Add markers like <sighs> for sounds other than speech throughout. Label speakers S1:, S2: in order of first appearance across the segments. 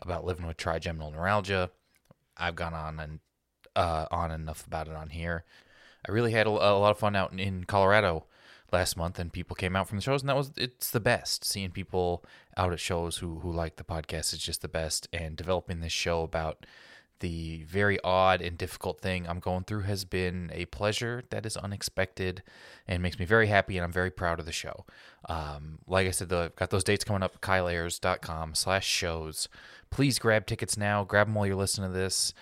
S1: about living with trigeminal neuralgia. I've gone on and uh, on enough about it on here. I really had a, a lot of fun out in, in Colorado last month, and people came out from the shows, and that was it's the best. Seeing people out at shows who who like the podcast is just the best, and developing this show about the very odd and difficult thing I'm going through has been a pleasure that is unexpected and makes me very happy, and I'm very proud of the show. Um, like I said, though, I've got those dates coming up, kyleayers.com slash shows. Please grab tickets now. Grab them while you're listening to this.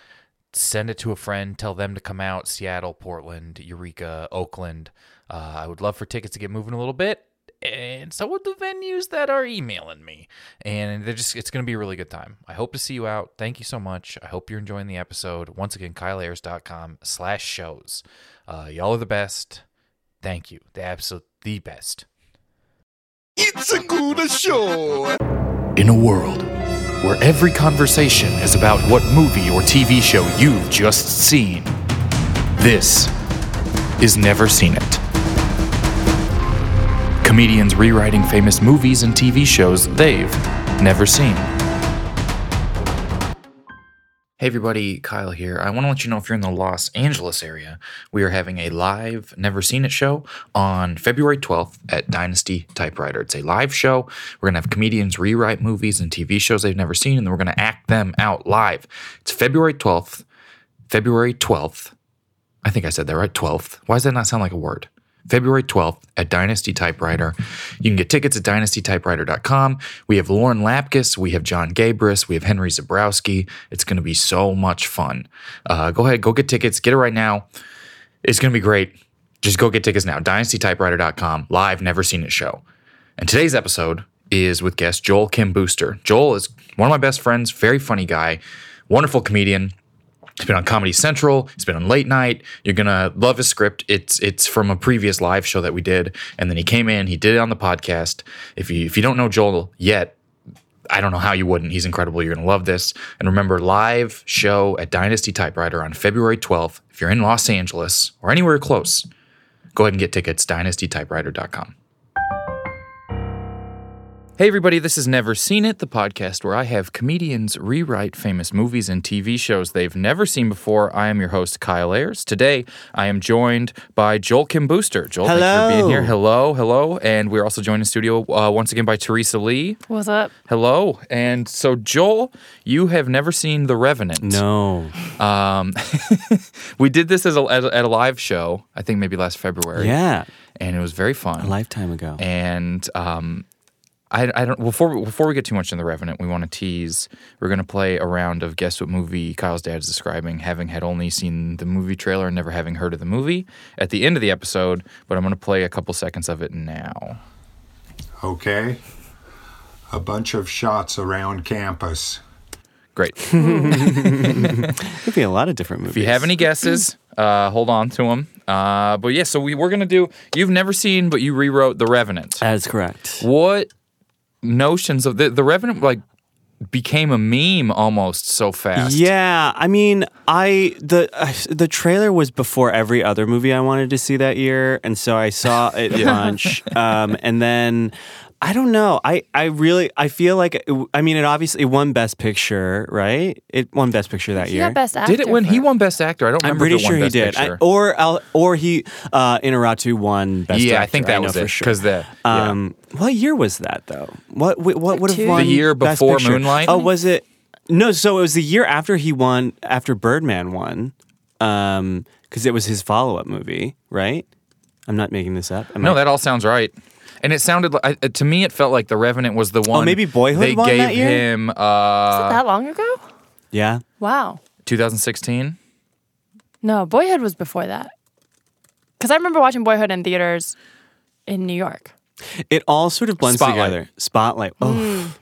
S1: Send it to a friend. Tell them to come out. Seattle, Portland, Eureka, Oakland. Uh, I would love for tickets to get moving a little bit. And so would the venues that are emailing me. And they're just it's gonna be a really good time. I hope to see you out. Thank you so much. I hope you're enjoying the episode. Once again, kyleayers.com slash shows. Uh, y'all are the best. Thank you. The absolute the best.
S2: It's a good show.
S1: In a world where every conversation is about what movie or TV show you've just seen, this is Never Seen It. Comedians rewriting famous movies and TV shows they've never seen. Hey everybody, Kyle here. I want to let you know if you're in the Los Angeles area, we are having a live Never Seen It show on February 12th at Dynasty Typewriter. It's a live show. We're going to have comedians rewrite movies and TV shows they've never seen, and then we're going to act them out live. It's February 12th. February 12th. I think I said that right. 12th. Why does that not sound like a word? February 12th at Dynasty Typewriter. You can get tickets at dynastytypewriter.com. We have Lauren Lapkus, we have John Gabris, we have Henry Zabrowski. It's going to be so much fun. Uh, go ahead, go get tickets, get it right now. It's going to be great. Just go get tickets now. DynastyTypewriter.com, live, never seen it show. And today's episode is with guest Joel Kim Booster. Joel is one of my best friends, very funny guy, wonderful comedian. It's been on Comedy Central. It's been on Late Night. You're gonna love his script. It's it's from a previous live show that we did, and then he came in. He did it on the podcast. If you if you don't know Joel yet, I don't know how you wouldn't. He's incredible. You're gonna love this. And remember, live show at Dynasty Typewriter on February 12th. If you're in Los Angeles or anywhere close, go ahead and get tickets. DynastyTypewriter.com. Hey, everybody, this is Never Seen It, the podcast where I have comedians rewrite famous movies and TV shows they've never seen before. I am your host, Kyle Ayers. Today, I am joined by Joel Kim Booster. Joel, thank you for being
S3: Hello.
S1: here. Hello, hello. And we're also joined in studio uh, once again by Teresa Lee.
S4: What's up?
S1: Hello. And so, Joel, you have never seen The Revenant.
S3: No.
S1: Um, we did this as a, as a, at a live show, I think maybe last February.
S3: Yeah.
S1: And it was very fun
S3: A lifetime ago.
S1: and um, I, I don't. Before before we get too much in the Revenant, we want to tease. We're gonna play a round of guess what movie Kyle's dad is describing, having had only seen the movie trailer and never having heard of the movie at the end of the episode. But I'm gonna play a couple seconds of it now.
S5: okay? A bunch of shots around campus.
S1: Great. If
S3: Could be a lot of different movies.
S1: you have any guesses, uh, hold on to them. Uh, but yeah, so we we're gonna do. You've never seen, but you rewrote the Revenant.
S3: That is correct.
S1: what notions of the the Revenant like became a meme almost so fast.
S3: Yeah, I mean, I the uh, the <sighs> trailer was before every other movie I wanted to see that year, and so I saw it a bunch. Um, and then I don't know. I I really I feel like it, I mean, it obviously it won Best Picture, right? It won Best Picture that
S4: He
S3: year.
S4: got best actor.
S1: Did it when he
S4: for-
S1: won Best Actor? I don't
S3: I'm
S1: remember.
S3: pretty
S1: if it won
S3: sure he
S1: Best
S3: did, I-
S1: Picture.
S3: or Al- or he uh, Inarritu won Best
S1: yeah, I
S3: Actor,
S1: think that
S3: know
S1: was
S3: for
S1: it.
S3: sure.
S1: Because the yeah.
S3: Um, what year was that though? What what, what would
S4: two.
S3: have won
S1: The year
S3: Best
S1: before
S3: Picture?
S1: Moonlight?
S3: Oh, was it? No, so it was the year after he won, after Birdman won, because it was his follow up movie, right? I'm not making this up. Am
S1: no,
S3: I-
S1: that all sounds right. And it sounded like I- to me, it felt like The Revenant was the one.
S3: Oh, maybe Boyhood
S1: They
S3: won
S1: gave
S3: that year?
S1: him
S4: Was it
S1: uh,
S4: that long ago?
S3: yeah,
S4: Wow.
S1: 2016.
S4: No, Boyhood was before that. Because I remember watching Boyhood in theaters in New York.
S3: it all sort of blends
S1: Spotlight. Hmm.
S3: together. Spotlight. Oh,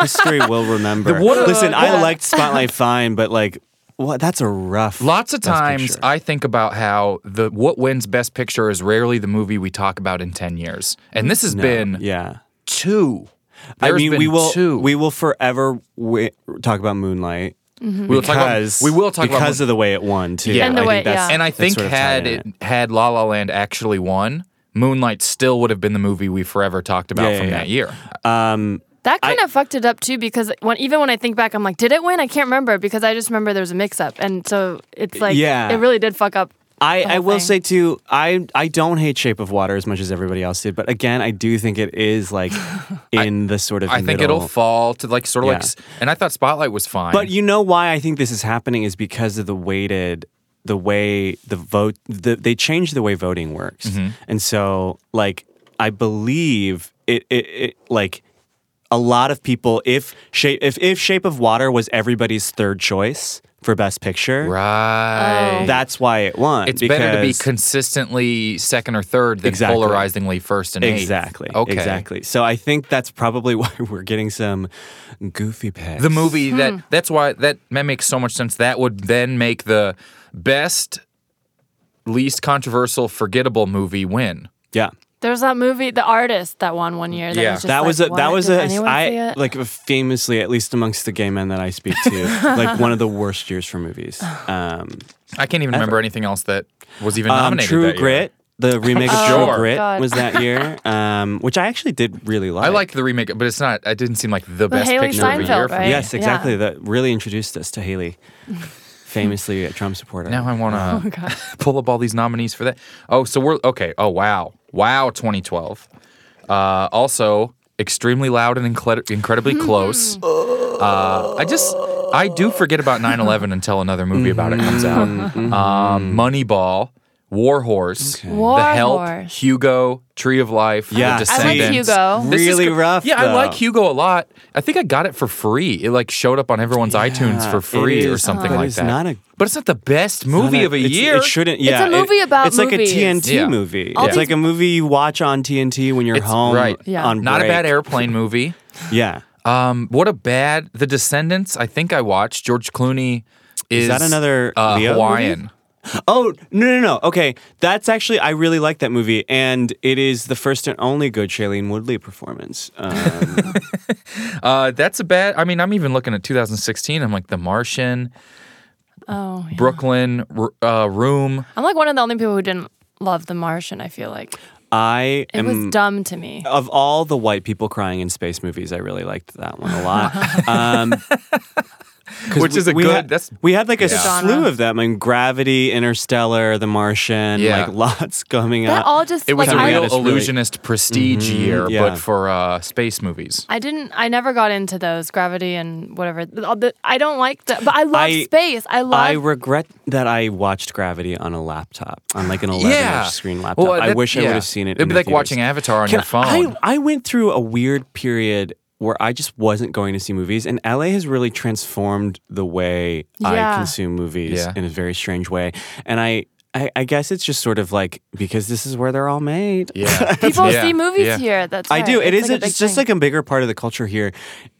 S3: <laughs> History will remember.
S1: The water-
S3: Listen, I
S4: Yeah.
S3: liked Spotlight fine, but like, what? That's a rough.
S1: Lots of
S3: Best
S1: times
S3: Picture.
S1: I think about how the what wins best picture is rarely the movie we talk about in 10 years. And this has
S3: No,
S1: been
S3: yeah.
S1: two.
S3: I
S1: There's
S3: mean,
S1: been
S3: we will
S1: two.
S3: we will forever wi- talk about Moonlight.
S1: We will talk about-
S3: because
S1: we will talk about
S3: because
S1: Moon-
S3: of the way it won too.
S1: Yeah.
S4: And the
S3: I
S4: way-
S3: think that's-
S4: yeah.
S1: and I
S3: that's
S1: think
S3: sort of tied
S1: had
S3: in
S1: it had La La Land actually won, Moonlight still would have been the movie we forever talked about
S3: Yeah, yeah,
S1: from
S3: yeah.
S1: that year.
S4: That kind of fucked it up too because when even when I think back, I'm like, did it win? I can't remember because I just remember there was a mix up, and so it's like,
S3: Yeah.
S4: it really did fuck up.
S3: I,
S4: the
S3: I
S4: whole
S3: will
S4: thing.
S3: say too, I I don't hate Shape of Water as much as everybody else did, but again, I do think it is
S1: <laughs>
S3: like in the sort of
S1: I think
S3: middle.
S1: it'll fall to like sort of like
S3: Yeah.
S1: s- and I thought Spotlight was fine.
S3: But you know why I think this is happening is because of the weighted the way the vote the, they changed the way voting works.
S1: Mm-hmm.
S3: And so like I believe it, it it like a lot of people if shape if if Shape of Water was everybody's third choice for best picture,
S1: right.
S3: that's why it won.
S1: it's better to be
S3: Oh. because-
S1: consistently second or third than
S3: Exactly.
S1: polarizingly first and eighth.
S3: Exactly.
S1: Okay.
S3: Exactly. So I think that's probably <laughs> why we're getting some goofy picks.
S1: the movie
S4: Hmm.
S1: that that's why that that makes so much sense. That would then make the best, least controversial, forgettable movie win.
S3: Yeah.
S4: There was that movie, The Artist, that won one year. That
S1: Yeah.
S4: was just
S3: That
S4: like,
S3: was a
S4: what?
S3: that was
S4: Did
S3: a
S4: anyone see
S3: I
S4: it?
S3: like famously at least amongst the gay men that I speak
S4: <laughs>
S3: to like one of the worst years for
S4: <sighs>
S3: movies. Um,
S1: I can't even remember anything else that was even
S3: um,
S1: nominated.
S3: True
S1: that year.
S3: Grit,
S4: <laughs>
S3: the remake of
S1: Sure.
S3: True Grit
S4: Oh, God.
S3: was that
S4: <laughs>
S3: year, um, which I actually did really like.
S1: I liked the remake, but it's not. It didn't seem like the best
S4: Haley
S1: picture of the
S4: Steinfeld,
S1: year. For me.
S4: right?
S3: Yes,
S4: Yeah.
S3: exactly. That really introduced us to Haley,
S4: <laughs>
S3: famously a Trump supporter.
S1: Now I
S3: Oh,
S1: want to <laughs> pull up all these nominees for that. Oh, so we're okay. Oh wow, wow, 2012. Uh, also, extremely loud and incred- incredibly
S3: Mm-hmm.
S1: close. Uh, I just I do forget about 9/11 until another movie about it comes out.
S3: Mm-hmm.
S1: Um, Moneyball, War Horse,
S4: War
S1: The Help,
S4: Horse.
S1: Hugo, Tree of Life,
S3: Yeah,
S1: The
S3: I like
S1: Descendants.
S4: Hugo.
S1: This is
S3: Really
S1: good-
S3: rough,
S1: Yeah, I
S3: though.
S1: like Hugo a lot. I think I got it for free. It like showed up on everyone's iTunes
S3: Yeah,
S1: for
S3: it
S1: free or
S3: is-
S1: something
S3: but
S1: like
S3: it's
S1: that.
S3: not a-
S1: but it's not the best movie
S3: Not
S1: of a
S3: it's-
S1: year.
S3: It shouldn't. Yeah, it-
S4: movie about
S3: It's
S4: movies.
S3: like a TNT
S1: Yeah.
S3: movie.
S1: All
S3: It's
S1: these-
S3: like a movie you watch on TNT when you're
S1: It's-
S3: home.
S1: right.
S4: Yeah.
S3: On
S1: Not a
S3: break.
S1: bad airplane movie.
S3: Yeah.
S1: Um, what a bad The Descendants. I think I watched George Clooney is,
S3: that another
S1: uh,
S3: Leo
S1: Hawaiian.
S3: Oh no no no. Okay, that's actually I really like that movie, and it is the first and only good Shailene Woodley performance. <laughs> Um,
S1: Uh, that's a bad. I mean, I'm even looking at 2016. I'm like The Martian,
S4: oh, yeah.
S1: Brooklyn, R- uh, Room.
S4: I'm like one of the only people who didn't love The Martian. I feel like
S3: I
S4: it was
S3: am.
S4: dumb to me.
S3: Of all the white people crying in space movies, I really liked that one a
S1: <laughs>
S3: lot. Um, 'cause
S1: Which
S3: we-
S1: is a
S3: we
S1: good-
S3: Had,
S1: that's-
S3: we had like a
S4: Yeah.
S3: slew of them. I mean, Gravity, Interstellar, The Martian,
S1: Yeah.
S3: like <laughs> lots coming
S4: That
S3: up.
S4: all just
S1: It was
S4: like
S1: a
S4: I,
S1: real
S3: It's really- Mm-hmm,
S1: illusionist prestige year,
S3: yeah.
S1: but for uh, space movies.
S4: I didn't. I never got into those gravity and whatever. All the- I don't like that, but I love
S3: I-
S4: space. I
S3: I
S4: love.
S3: regret that I watched Gravity on a laptop, on like an 11 inch screen laptop.
S1: Well,
S3: I
S1: that-
S3: wish I
S1: yeah.
S3: would have seen it.
S1: It'd
S3: in
S1: be
S3: the
S1: like watching
S3: theaters.
S1: Avatar on
S3: Can
S1: your phone.
S3: I, I went through a weird period where I just wasn't going to see movies, and LA has really transformed the way I
S4: Yeah.
S3: consume movies
S1: Yeah.
S3: in a very strange way. And I, I, I guess it's just sort of like because this is where they're all made. <laughs>
S1: yeah.
S4: people
S1: Yeah,
S4: see movies
S1: yeah.
S4: here. That's
S3: I
S4: right.
S3: do. It
S4: It's
S3: is.
S4: like a
S3: a,
S4: big
S3: it's just
S4: thing.
S3: like a bigger part of the culture here,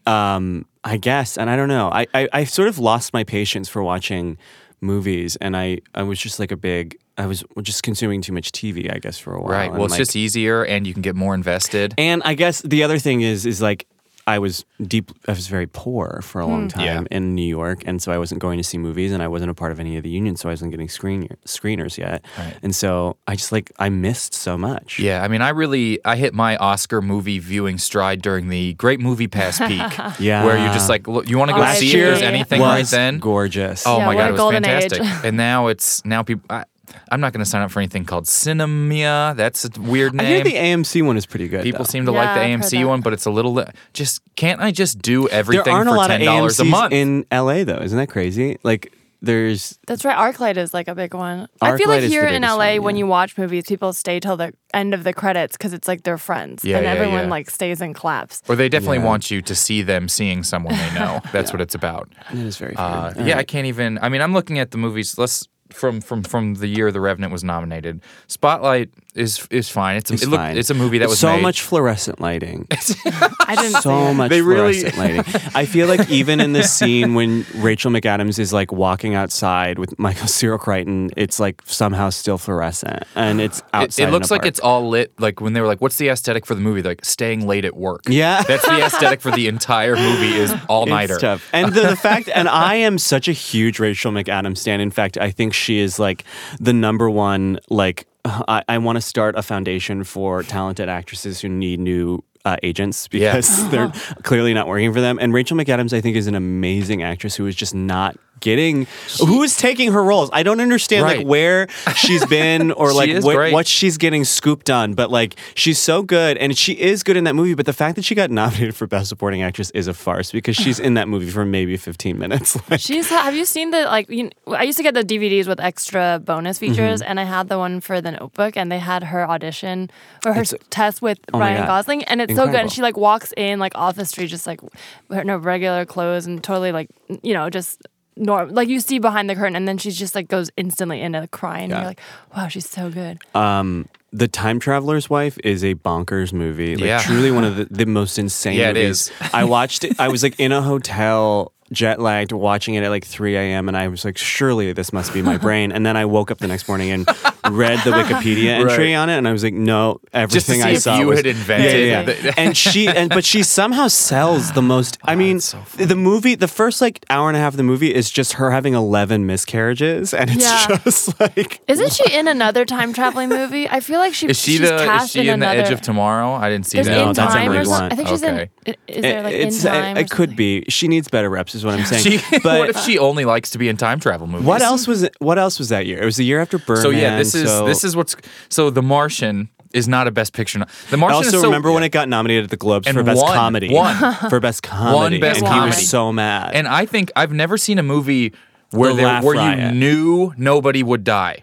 S3: um, I guess. And I don't know. I, I I sort of lost my patience for watching movies, and I I was just like a big. I was just consuming too much TV, I guess, for a while.
S1: Right. Well,
S3: And,
S1: it's
S3: like-
S1: just easier, and you can get more invested.
S3: and I guess the other thing is, is like I was deep. I was very poor for a long time
S1: Hmm. Yeah.
S3: in New York, and so I wasn't going to see movies, and I wasn't a part of any of the unions, so I wasn't getting screen screeners yet. And so I just like I missed so much.
S1: Yeah, I mean, I really I hit my Oscar movie viewing stride during the Great Movie
S4: <laughs>
S1: Pass peak.
S3: Yeah.
S1: where you're just like, look, you want to go
S4: Last
S1: see if there's
S4: year
S1: anything
S3: was
S1: right then.
S3: gorgeous.
S1: Oh
S4: Oh, Yeah,
S1: my
S4: what
S1: god,
S4: a
S1: it was
S4: golden age.
S1: fantastic. and now it's now people. I, I'm not going to sign up for anything called Cinemia. That's a weird
S3: I hear
S1: name.
S3: the AMC one is pretty good.
S1: People
S3: though.
S1: seem to
S4: Yeah,
S1: like the
S4: I've heard
S1: AMC
S4: that.
S1: one, but it's a little. li- Just can't I just do everything
S3: there aren't
S1: for
S3: a lot of
S1: ten dollars
S3: AMC's
S1: a month?
S3: in LA though. Isn't that crazy? Like there's
S4: That's right. ArcLight is like a big one. I feel
S3: ArcLight
S4: like
S3: is the
S4: here in
S3: biggest
S4: LA,
S3: one,
S4: when
S3: yeah.
S4: you watch movies, people stay till the end of the credits because it's like their friends,
S1: Yeah,
S4: and
S1: yeah,
S4: everyone
S1: yeah.
S4: like stays and claps.
S1: or they definitely want you to see them seeing someone they
S3: <laughs>
S1: know. That's what it's about.
S3: it is very
S1: Uh,
S3: hard.
S1: yeah, I can't even. I mean, I'm looking at the movies. Let's from from from the year The Revenant was nominated. Spotlight is is fine. It's,
S3: It's
S1: it looked,
S3: fine.
S1: It's a movie that
S3: It's
S1: was
S3: so
S1: made.
S3: much fluorescent lighting.
S1: <laughs>
S4: I didn't see
S3: so
S4: it.
S3: much
S1: They really-
S3: fluorescent lighting. I feel like even in this scene when Rachel McAdams is like walking outside with Michael Cyril Crichton, it's like somehow still fluorescent, and it's
S1: It,
S3: outside.
S1: it
S3: in
S1: looks
S3: a
S1: like
S3: park.
S1: it's all lit. Like when they were like, "What's the aesthetic for the movie?" They're like staying late at work.
S3: Yeah.
S1: <laughs> that's the aesthetic for the entire movie is all nighter.
S3: <laughs> It's tough. And the, the fact, and I am such a huge Rachel McAdams stan. In fact, I think she is like the number one. Like, I, I want to start a foundation for talented actresses who need new. Uh, agents
S1: Yeah.
S3: because they're clearly not working for them. And Rachel McAdams, I think, is an amazing actress who is just not getting who is taking her roles. I don't understand
S1: Right.
S3: like where she's been
S1: <laughs>
S3: or
S1: She
S3: like
S1: is
S3: what,
S1: great.
S3: what she's getting scooped on, but like she's so good and she is good in that movie. But the fact that she got nominated for Best Supporting Actress is a farce because she's in that movie for maybe 15 minutes. <laughs> Like,
S4: She's. Have you seen the like? You, I used to get the DVDs with extra bonus
S1: Mm-hmm.
S4: features, and I had the one for the Notebook, and they had her audition or her test with
S1: Oh
S3: my
S4: Ryan
S3: God.
S4: Gosling, and it's so good.
S3: Incredible.
S4: And she like walks in like off the street, just like her in her regular clothes, and totally like you know just. Norm, like you see behind the curtain, and then she just like goes instantly into crying. And
S3: Yeah.
S4: you're like, wow, she's so good.
S1: Uh,
S3: the Time Traveler's Wife is a bonkers movie. Like
S1: Yeah.
S3: truly one of the, the most insane
S1: Yeah, it
S3: movies.
S1: is. <laughs>
S3: I watched it. I was like in a hotel, jet lagged, watching it at like 3 a.m. And I was like, surely this must be my
S1: <laughs>
S3: brain. And then I woke up the next morning and read the Wikipedia
S1: <laughs>
S3: entry on it. And I was like, no,
S1: Just to
S3: everything
S1: see
S3: I
S1: if
S3: saw
S1: you
S3: was
S1: had invented.
S3: <laughs> yeah, yeah, yeah.
S1: the- <laughs>
S3: <laughs> and she and but she somehow sells the most i mean the movie the first like hour and a half of the movie is just her having 11 miscarriages and it's
S4: Yeah.
S3: <laughs> just like
S4: Isn't
S1: <laughs>
S4: she in another time traveling movie? I feel like she,
S1: Is she
S4: she's
S1: the
S4: cast
S1: is she in, the
S4: another,
S1: Edge of Tomorrow? I didn't see
S4: There's
S1: that.
S3: No,
S4: in
S3: that's
S4: time
S3: Emily
S4: or something.
S3: Blunt.
S4: I think she's
S1: Okay. Eh,
S4: in. i- Is there like
S3: it's
S4: in time?
S3: it,
S4: or
S3: it could
S4: something?
S3: be she needs better reps is what i'm saying
S4: <laughs>
S1: She, <laughs>
S3: but
S1: what if she only likes to be in time travel movies?
S3: what else was it, what else was that year it was the year after Birdman.
S1: So yeah, this is
S3: so-
S1: this is what's so The Martian is not a Best Picture. no- The
S3: I
S1: Martian
S3: also
S1: is so,
S3: remember when it got nominated at the Globes
S1: And
S3: for best
S1: won.
S3: comedy.
S1: Won.
S3: <laughs> for best comedy,
S1: Best
S3: and he
S1: Comedy.
S3: was so mad.
S1: and I think I've never seen a movie where
S3: The
S1: there,
S3: Laugh
S1: where you
S3: Riot.
S1: knew nobody would die.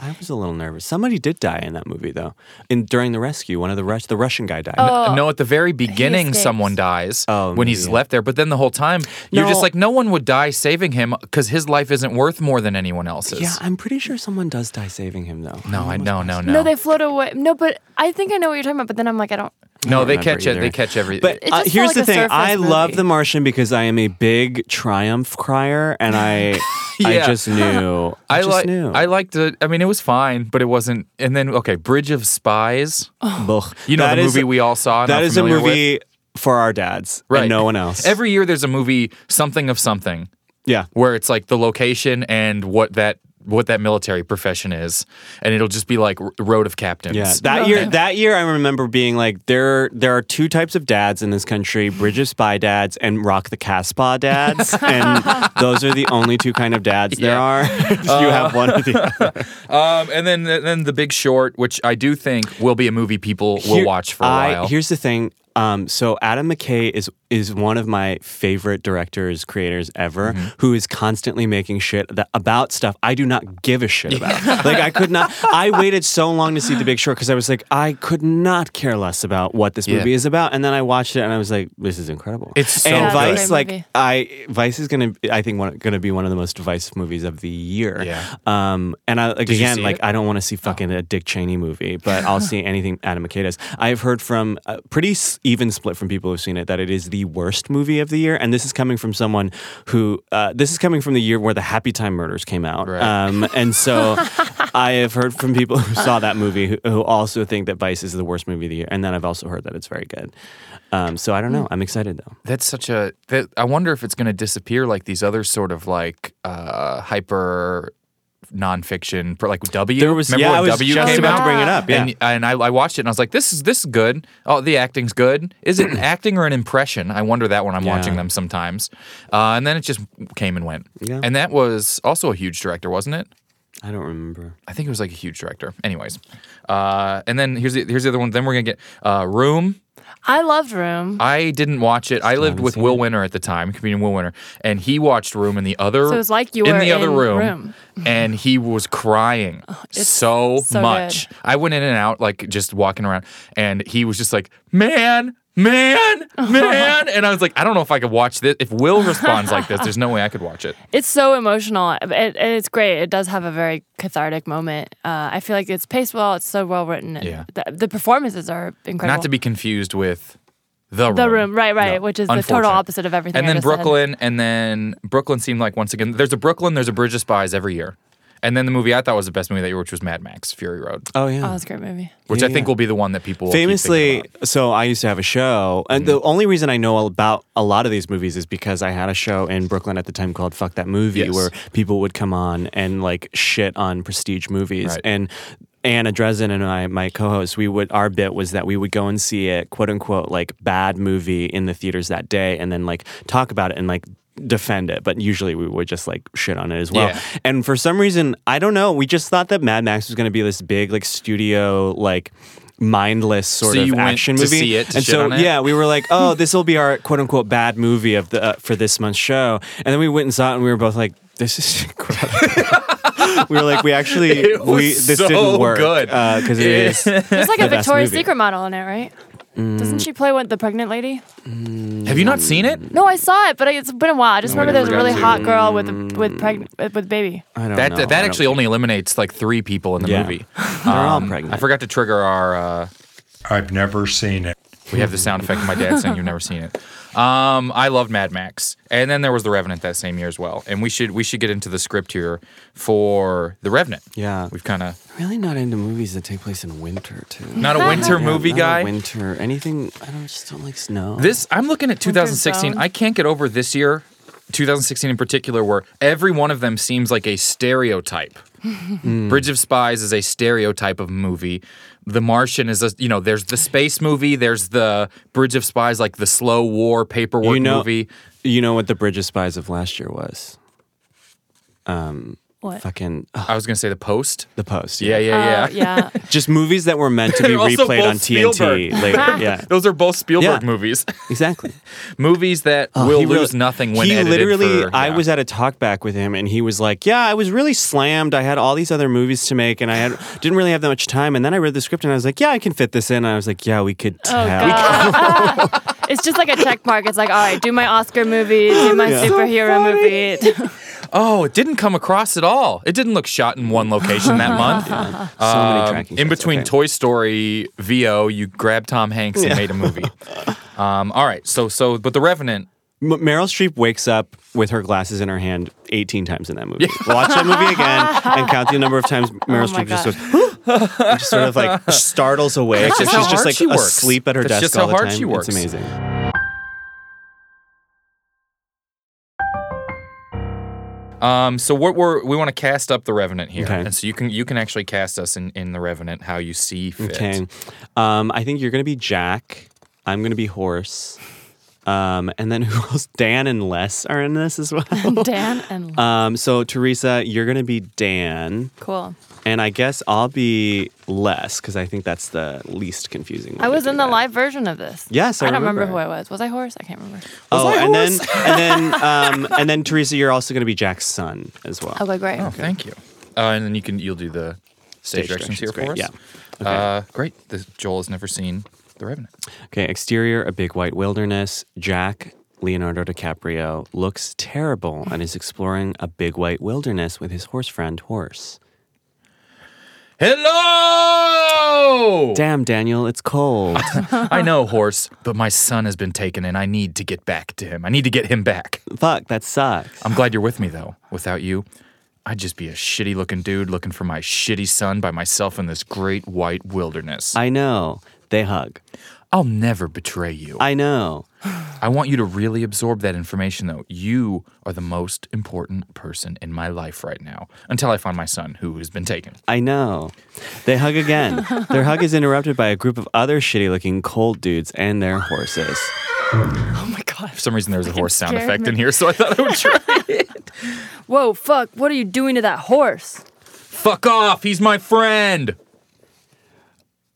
S3: I was a little nervous. Somebody did die in that movie though. And during the rescue, one of the Rus- the Russian guy died.
S1: no, at the very beginning,
S4: escapes.
S1: someone dies
S3: Oh,
S1: when he's
S3: maybe.
S1: left there. But then the whole time, you're just
S3: No.
S1: like, no one would die saving him because his life isn't worth more than anyone else's.
S3: Yeah, I'm pretty sure someone does die saving him though.
S1: no, I no no no
S4: No, they float away. No, but I think I know what you're talking about. But then I'm like, I don't.
S1: no they
S3: remember
S1: catch it.
S3: either.
S1: They catch everything.
S3: But
S4: It
S3: uh,
S4: just felt
S3: here's
S4: like
S3: the
S4: a
S3: thing:
S4: surface
S3: I love
S4: movie.
S3: The Martian because I am a big triumph crier, and
S1: <laughs>
S3: I,
S1: Yeah.
S3: I just
S1: <laughs>
S3: knew. I,
S1: I
S3: just
S1: like
S3: knew.
S1: I liked it. I mean, it was fine, but it wasn't. And then okay, Bridge of Spies.
S3: Ugh.
S1: You know
S3: Oh, That
S1: the
S3: is-
S1: movie we all saw. and
S3: That
S1: are
S3: is a
S1: familiar with?
S3: movie for our dads,
S1: right?
S3: And no one else.
S1: Every year there's a movie, something of something,
S3: yeah,
S1: where it's like the location and what that what that military profession is, and it'll just be like R- Road of Captains.
S3: yeah. That year, that year, I remember being like, there, there are two types of dads in this country: Bridge of Spy dads and Rock the Casbah
S1: <laughs>
S3: dads, and those are the only two kind of dads there are. <laughs> you have one
S1: <laughs>
S3: of the other.
S1: Um, and then then The Big Short, which I do think will be a movie people will
S3: Here-
S1: watch for a
S3: I-
S1: while.
S3: Here's the thing. Um, so Adam McKay is is one of my favorite directors, creators ever,
S1: Mm-hmm.
S3: who is constantly making shit that, about stuff I do not give a shit
S1: <laughs>
S3: about. like I could not. I waited so long to see The Big Short because I was like, I could not care less about what this
S1: Yeah.
S3: movie is about. And then I watched it and I was like, this is incredible.
S1: It's so
S3: and
S1: good.
S3: Vice,
S4: Great movie.
S3: like I Vice is gonna, I think one, gonna be one of the most divisive movies of the year.
S1: Yeah.
S3: Um, and I like,
S1: Did you
S3: again,
S1: see
S3: like
S1: it? Oh.
S3: I don't want to see fucking a Dick Cheney movie, but I'll see anything <laughs> Adam McKay does. I've heard from a pretty s- even split from people who've seen it that it is the worst movie of the year, and this is coming from someone who uh, this is coming from the year where the Happy Time Murders came out,
S1: Right.
S3: um, and
S1: <laughs>
S3: so I have heard from people who saw that movie who, who also think that Vice is the worst movie of the year, and then I've also heard that it's very good. Um, so I
S1: Hmm.
S3: don't know. I'm excited though.
S1: That's such a. That, I wonder if it's going to disappear like these other sort of like uh, hyper nonfiction, pro- like W.
S3: There was
S1: remember
S3: yeah,
S1: when
S3: I was
S1: W
S3: just
S1: came
S3: about to
S1: out.
S3: bring it up. Yeah.
S1: And, and I, I watched it and I was like, this is this is good. Oh, the acting's good. Is
S3: <clears throat>
S1: it an acting or an impression? I wonder that when I'm
S3: Yeah.
S1: watching them sometimes. Uh, and then it just came and went.
S3: Yeah.
S1: And that was also a huge director, wasn't it?
S3: I don't remember.
S1: I think it was like a huge director. Anyways, uh, and then here's the here's the other one. Then we're gonna get uh, Room.
S4: I loved Room.
S1: I didn't watch it. I lived with
S3: seen
S1: Will Winner at the time, comedian Will Winner, and he watched Room in the other.
S4: So it's like you
S1: in
S4: were
S1: the other
S4: in
S1: room,
S4: Room.
S1: and he was
S4: <sighs>
S1: crying so,
S4: so
S1: much. I went in and out, like just walking around, and he was just like, "Man,
S4: <laughs>
S1: man, man. And I was like, I don't know if I could watch this. If Will responds like this, there's no way I could watch
S4: <laughs>
S1: it.
S4: It's so emotional. It, it- it's great. It does have a very cathartic moment. Uh, I feel like it's paced well. It's so well written.
S1: Yeah.
S4: The, the performances are incredible.
S1: Not to be confused with the room.
S4: The Room, right, right, which is the total
S1: unfortunate.
S4: opposite of everything
S1: And
S4: I
S1: then
S4: just said.
S1: Brooklyn, and then Brooklyn seemed like once again there's a Brooklyn, there's a Bridge of Spies every year. And then the movie I thought was the best movie that year, which was Mad Max Fury Road,
S3: Oh
S4: Oh,
S3: yeah.
S4: that's a great
S1: <laughs>
S4: movie.
S1: which
S3: yeah,
S1: I think
S3: yeah.
S1: will be the one that people will keep thinking
S3: Famously,
S1: about. Mm-hmm.
S3: so I used to have a show, and the only reason I know about a lot of these movies is because I had a show in Brooklyn at the time called "Fuck That Movie,"
S1: Yes.
S3: where people would come on and like shit on prestige movies,
S1: Right.
S3: and Anna Dresden and I, my co-host, we would our bit was that we would go and see a quote unquote like bad movie in the theaters that day, and then like talk about it and like defend it but usually we would just like shit on it as well
S1: Yeah.
S3: and for some reason i don't know we just thought that mad max was going to be this big like studio like mindless sort
S1: So
S3: of
S1: you went
S3: action
S1: to
S3: movie
S1: see it, to
S3: and
S1: shit
S3: so
S1: on it?
S3: yeah we were like oh this will be our quote unquote bad movie of the uh, for this month's show and then we went and saw it and we were both like this is <laughs> incredible we were like we
S1: <laughs>
S3: actually
S1: It was
S3: we this
S1: so
S3: didn't work
S1: good.
S3: because it
S1: Yeah. <laughs>
S3: is
S4: There's like
S3: The
S4: a
S3: best
S4: Victoria's
S3: movie.
S4: Secret model in it, right?
S1: Mm.
S4: Doesn't she play one the pregnant lady?
S1: Have you not seen it?
S3: Mm,
S4: No, I saw it, but it's been a while. I just
S1: No, I
S4: remember there was a
S1: never
S4: really
S1: got Mm.
S4: hot girl with with pregnant with baby.
S3: I don't
S1: That
S3: know.
S1: that,
S3: I don't-
S1: actually only eliminates like three people in the
S3: Yeah.
S1: movie.
S3: they're all
S1: Um,
S3: pregnant
S1: I forgot to trigger our. Uh,
S5: I've never seen it.
S1: we have the sound effect of my dad saying you've never seen it. Um, I love Mad Max, and then there was The Revenant that same year as well. And we should we should get into the script here for The Revenant.
S3: Yeah.
S1: we've kind of
S3: really not into movies that take place in winter too
S1: not a winter
S3: Yeah,
S1: movie
S3: not a
S1: guy.
S3: winter anything i don't just don't like snow
S1: This I'm looking at 2016.
S4: Brown.
S1: I can't get over this year, 2016 in particular, where every one of them seems like a stereotype.
S3: Hmm.
S1: Bridge of Spies is a stereotype of movie. The Martian is a you know there's the space movie, there's the Bridge of Spies like the slow war paperwork
S3: you know,
S1: movie.
S3: You know what the Bridge of Spies of last year was?
S4: What?
S3: Fucking ugh,
S1: I was gonna say the Post.
S3: the Post.
S1: Yeah, yeah,
S4: Uh,
S1: yeah.
S4: yeah.
S3: Just movies that were meant to be
S1: They're <laughs> also
S3: replayed
S1: both
S3: on TNT
S1: Spielberg. <laughs>
S3: later. Yeah,
S1: <laughs> Those are both Spielberg
S3: Yeah.
S1: movies. <laughs>
S3: exactly.
S1: movies that
S3: Oh,
S1: will
S3: he really-
S1: lose nothing when
S3: he
S1: edited
S3: literally.
S1: for-
S3: I
S1: yeah.
S3: was at a talk back with him, and he was like, "Yeah, I was really slammed. I had all these other movies to make, and I had, <laughs> didn't really have that much time. And then I read the script, and I was like, "Yeah, I can fit this in." And I was like, "Yeah, we could
S4: Oh
S3: tell."
S4: god. <laughs> it's just like a check mark. It's like, all right, do my Oscar movie, do my superhero movie.
S1: Oh, it didn't come across at all. It didn't look shot in one location that month.
S3: So many
S1: Um,
S3: tracking
S1: in
S3: shots,
S1: between
S3: okay.
S1: Toy Story VO, you grabbed Tom Hanks and made a
S3: <laughs>
S1: movie. um, all right, so so but the Revenant.
S3: M- Meryl Streep wakes up with her glasses in her hand 18 times in that movie. Watch that movie again and count the number of
S1: <laughs>
S3: times Meryl
S4: Oh my
S3: Streep just goes, and just sort of like startles awake.
S1: That's
S3: and
S1: just how
S3: she's just
S1: hard
S3: like
S1: she works.
S3: asleep at her
S1: That's
S3: desk
S1: just
S3: all
S1: how
S3: the
S1: hard
S3: time.
S1: she works.
S3: It's amazing.
S1: Um, so what we're we want to cast up the Revenant here,
S3: Okay.
S1: and so you can you can actually cast us in in the Revenant how you see fit.
S3: Okay. Um, I think you're going to be Jack. I'm going to be Horse. Um, and then <laughs> who else? Dan and Les are in this as
S1: <laughs>
S3: well.
S4: <laughs> Dan and
S3: Um, so Teresa, you're gonna be Dan,
S4: cool.
S3: and I guess I'll be Les because I think that's the least confusing. One
S4: I
S3: to
S4: was
S3: do
S4: in the
S3: that.
S4: live version of this.
S3: Yes, I
S4: I don't remember.
S3: remember.
S4: who I was. Was I horse? I can't remember.
S3: oh, and then and then um, and then Teresa, you're also going to be Jack's son as well.
S4: Okay, great.
S1: Oh, thank you. Uh, and then you can you'll do the stage, directions, here for
S3: great,
S1: us.
S3: Yeah. Okay.
S1: Uh, great. The, Joel has never seen the Revenant.
S3: okay. Exterior: a big white wilderness. Jack Leonardo DiCaprio looks terrible and is exploring a big white wilderness with his horse friend Horse.
S1: Hello.
S3: <laughs> Damn, Daniel, it's
S1: <laughs>
S3: cold.
S1: I know, horse, but my son has been taken and I need to get back to him. I need to get him back.
S3: Fuck, that sucks.
S1: I'm glad you're with me, though. Without you, I'd just be a shitty looking dude looking for my shitty son by myself in this great white wilderness. I-
S3: I know. They hug.
S1: will never betray you. I-,
S3: I know.
S1: want you to really absorb that information, though. You are the most important person in my life right now until I find my son who has been taken.
S3: I know. They hug again. their hug
S1: <laughs>
S3: is interrupted by a group of other shitty looking cold dudes and their horses.
S4: Oh my god.
S1: For some reason, there was a horse sound
S4: scared
S1: effect
S4: me.
S1: in here, so I thought I would <laughs> try.
S4: Whoa, fuck! What are you doing to that horse?
S1: Fuck off! He's my friend!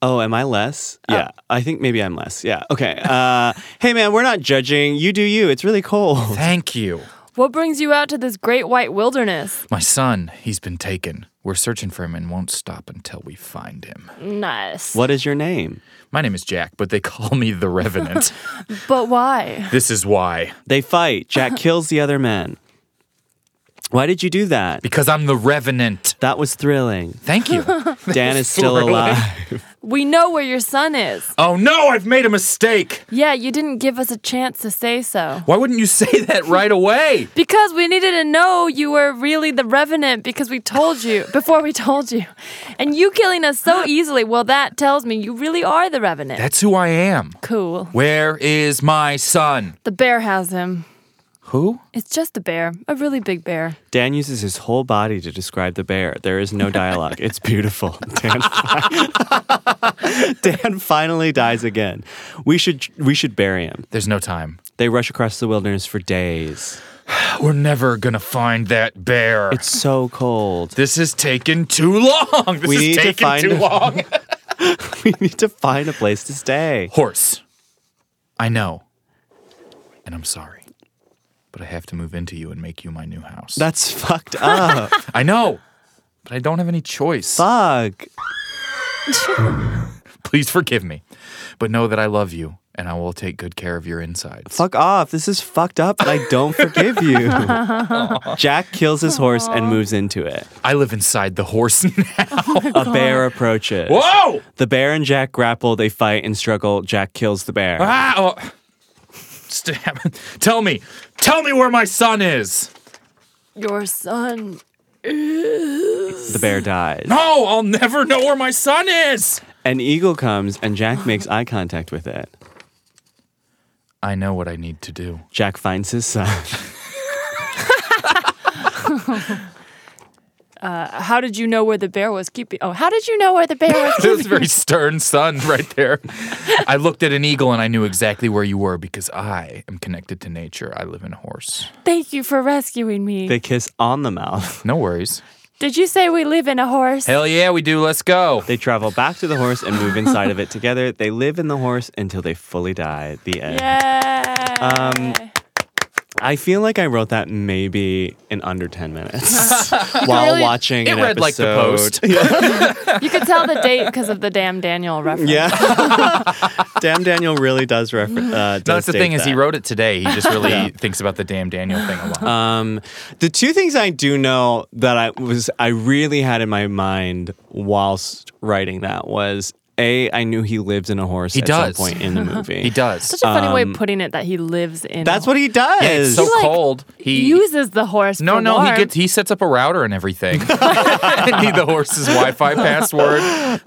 S3: Oh, am I less? Yeah. I think maybe I'm <laughs> less. Yeah. Okay. Uh, hey, man, we're not judging. You do you. It's really cold. <laughs>
S1: Thank you.
S4: What brings you out to this great white wilderness?
S1: My son, he's been taken. We're searching for him and won't stop until we find him.
S4: Nice.
S3: What is your name?
S1: My name is Jack, but they call me the Revenant.
S4: But why?
S1: this is why.
S3: They fight. <laughs> Jack kills the other man. Why did you do that?
S1: Because I'm the Revenant.
S3: That was <laughs> thrilling.
S1: Thank you.
S3: Dan is still alive.
S4: We know where your son is.
S1: oh no, I've made a mistake.
S4: Yeah, you didn't give us a chance to say so.
S1: Why wouldn't you say that right away?
S4: Because we needed to know you were really the revenant because we told you before we told you. And you killing us so easily, well, that tells me you really are the revenant.
S1: That's who I am.
S4: cool.
S1: Where is my son?
S4: The bear has him.
S1: Who?
S4: It's just a bear, a really big bear.
S3: <laughs> Dan uses his whole body to describe the bear. There is no dialogue. <laughs> It's beautiful. Dan, <laughs> Dan finally dies again. We should we should bury him.
S1: There's no time.
S3: They rush across the wilderness for days.
S1: We're never gonna find that bear.
S3: It's so cold.
S1: this is taking too long. This
S3: We
S1: is
S3: need to
S1: taking
S3: find <laughs>
S1: too
S3: a-
S1: long.
S3: <laughs> We need to find a place to stay.
S1: Horse. I know. And I'm sorry. But I have to move into you and make you my new house.
S3: That's fucked up.
S1: I know. But I don't have any choice.
S3: <laughs> Fuck.
S1: <laughs> Please forgive me. But know that I love you and I will take good care of your insides.
S3: Fuck off. This is fucked up and I don't forgive you. Jack kills his horse and moves into it.
S1: I live inside the horse <laughs> now.
S3: A bear approaches.
S1: Whoa!
S3: The bear and Jack grapple, they fight and struggle. Jack kills the bear.
S1: Ah, oh. Stab. Tell me. Tell me where my son is.
S4: Your son.
S3: The bear dies.
S1: No, I'll never know where my son is.
S3: An eagle comes and Jack makes eye contact with it.
S1: I know what I need to <laughs> do.
S3: Jack finds his son. <laughs>
S4: How did you know where the bear was keeping? Oh, how did you know where the
S1: <laughs>
S4: bear was
S1: That was
S4: keeping?
S1: a very stern son right there. I looked at an eagle and I knew exactly where you were because I am connected to nature. I live in a horse.
S4: Thank you for rescuing me.
S3: They kiss on the mouth. <laughs>
S1: No worries.
S4: did you say we live in a horse?
S1: Hell yeah, we do. Let's go.
S3: They travel back to the horse and move inside of it together. They live in the horse until they fully die. The end.
S4: Yay.
S3: I feel like I wrote that maybe in under 10
S1: <laughs>
S3: minutes while
S4: Really?
S3: watching
S1: It
S3: an
S1: read like the
S3: episode. <laughs>
S1: post.
S4: you could tell the date because of the damn Daniel reference.
S3: yeah. <laughs> Damn Daniel really does refer uh,
S1: No,
S3: does
S1: that's the
S3: state
S1: thing is he
S3: that.
S1: wrote it today. He just really thinks about the damn Daniel thing a lot.
S3: Um, the two things I do know that I was I really had in my mind whilst writing that was a I knew he lives in a horse
S1: He
S3: at
S1: does.
S3: some
S1: <laughs>
S3: point in the movie.
S1: he does.
S4: Such a funny way of putting it that he lives in.
S3: That's
S4: a
S3: what he does.
S1: Yeah, it's so
S4: like,
S1: cold. He
S4: uses the horse.
S1: No,
S4: for
S1: no,
S4: warmth.
S1: he gets he sets up a router and everything. <laughs> I need the horse's Wi-Fi password.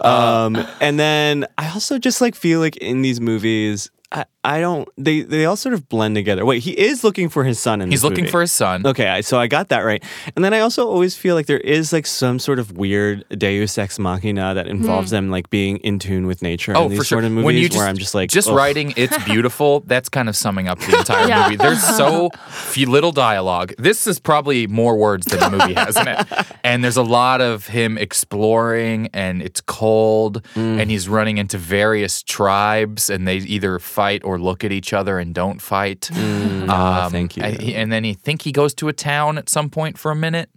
S3: um, and then I also just like feel like in these movies I, I don't they they all sort of blend together. Wait, he is looking for his son in
S1: He's
S3: this
S1: looking
S3: movie.
S1: for his son.
S3: Okay, I- so I got that right. And then I also always feel like there is like some sort of weird deus ex machina that involves
S4: Hmm.
S3: them like being in tune with nature in
S1: Oh,
S3: these
S1: for sure.
S3: sort of movies
S1: when you
S3: where I'm just like
S1: just
S3: ugh.
S1: writing,
S3: <laughs>
S1: it's beautiful. That's kind of summing up the entire
S4: Yeah.
S1: movie. There's so few little dialogue. This is probably more words than the movie has in
S3: <laughs>
S1: it. And there's a lot of him exploring, and it's cold,
S3: Mm.
S1: and he's running into various tribes, and they either fight or look at each other and don't fight. Um,
S3: Ah, thank you.
S1: And, he- and then he think he goes to a town at some point for a minute.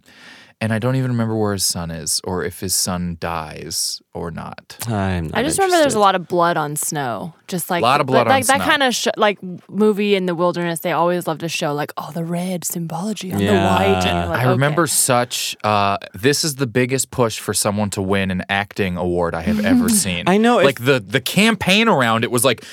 S1: And I don't even remember where his son is, or if his son dies or not.
S3: I'm not
S4: I just remember there's
S3: interested.
S4: a lot of blood on snow. Just like
S1: Lot of blood
S4: like,
S1: on
S4: like that
S1: snow.
S4: kind of sh- like movie in the wilderness. They always love to show like all the red symbology on the
S3: Yeah.
S4: white. And you're like,
S1: I
S4: okay.
S1: remember such. Uh, this is the biggest push for someone to win an acting award I have
S4: <laughs>
S1: ever seen.
S3: I know, if-
S1: like the the campaign around it was like.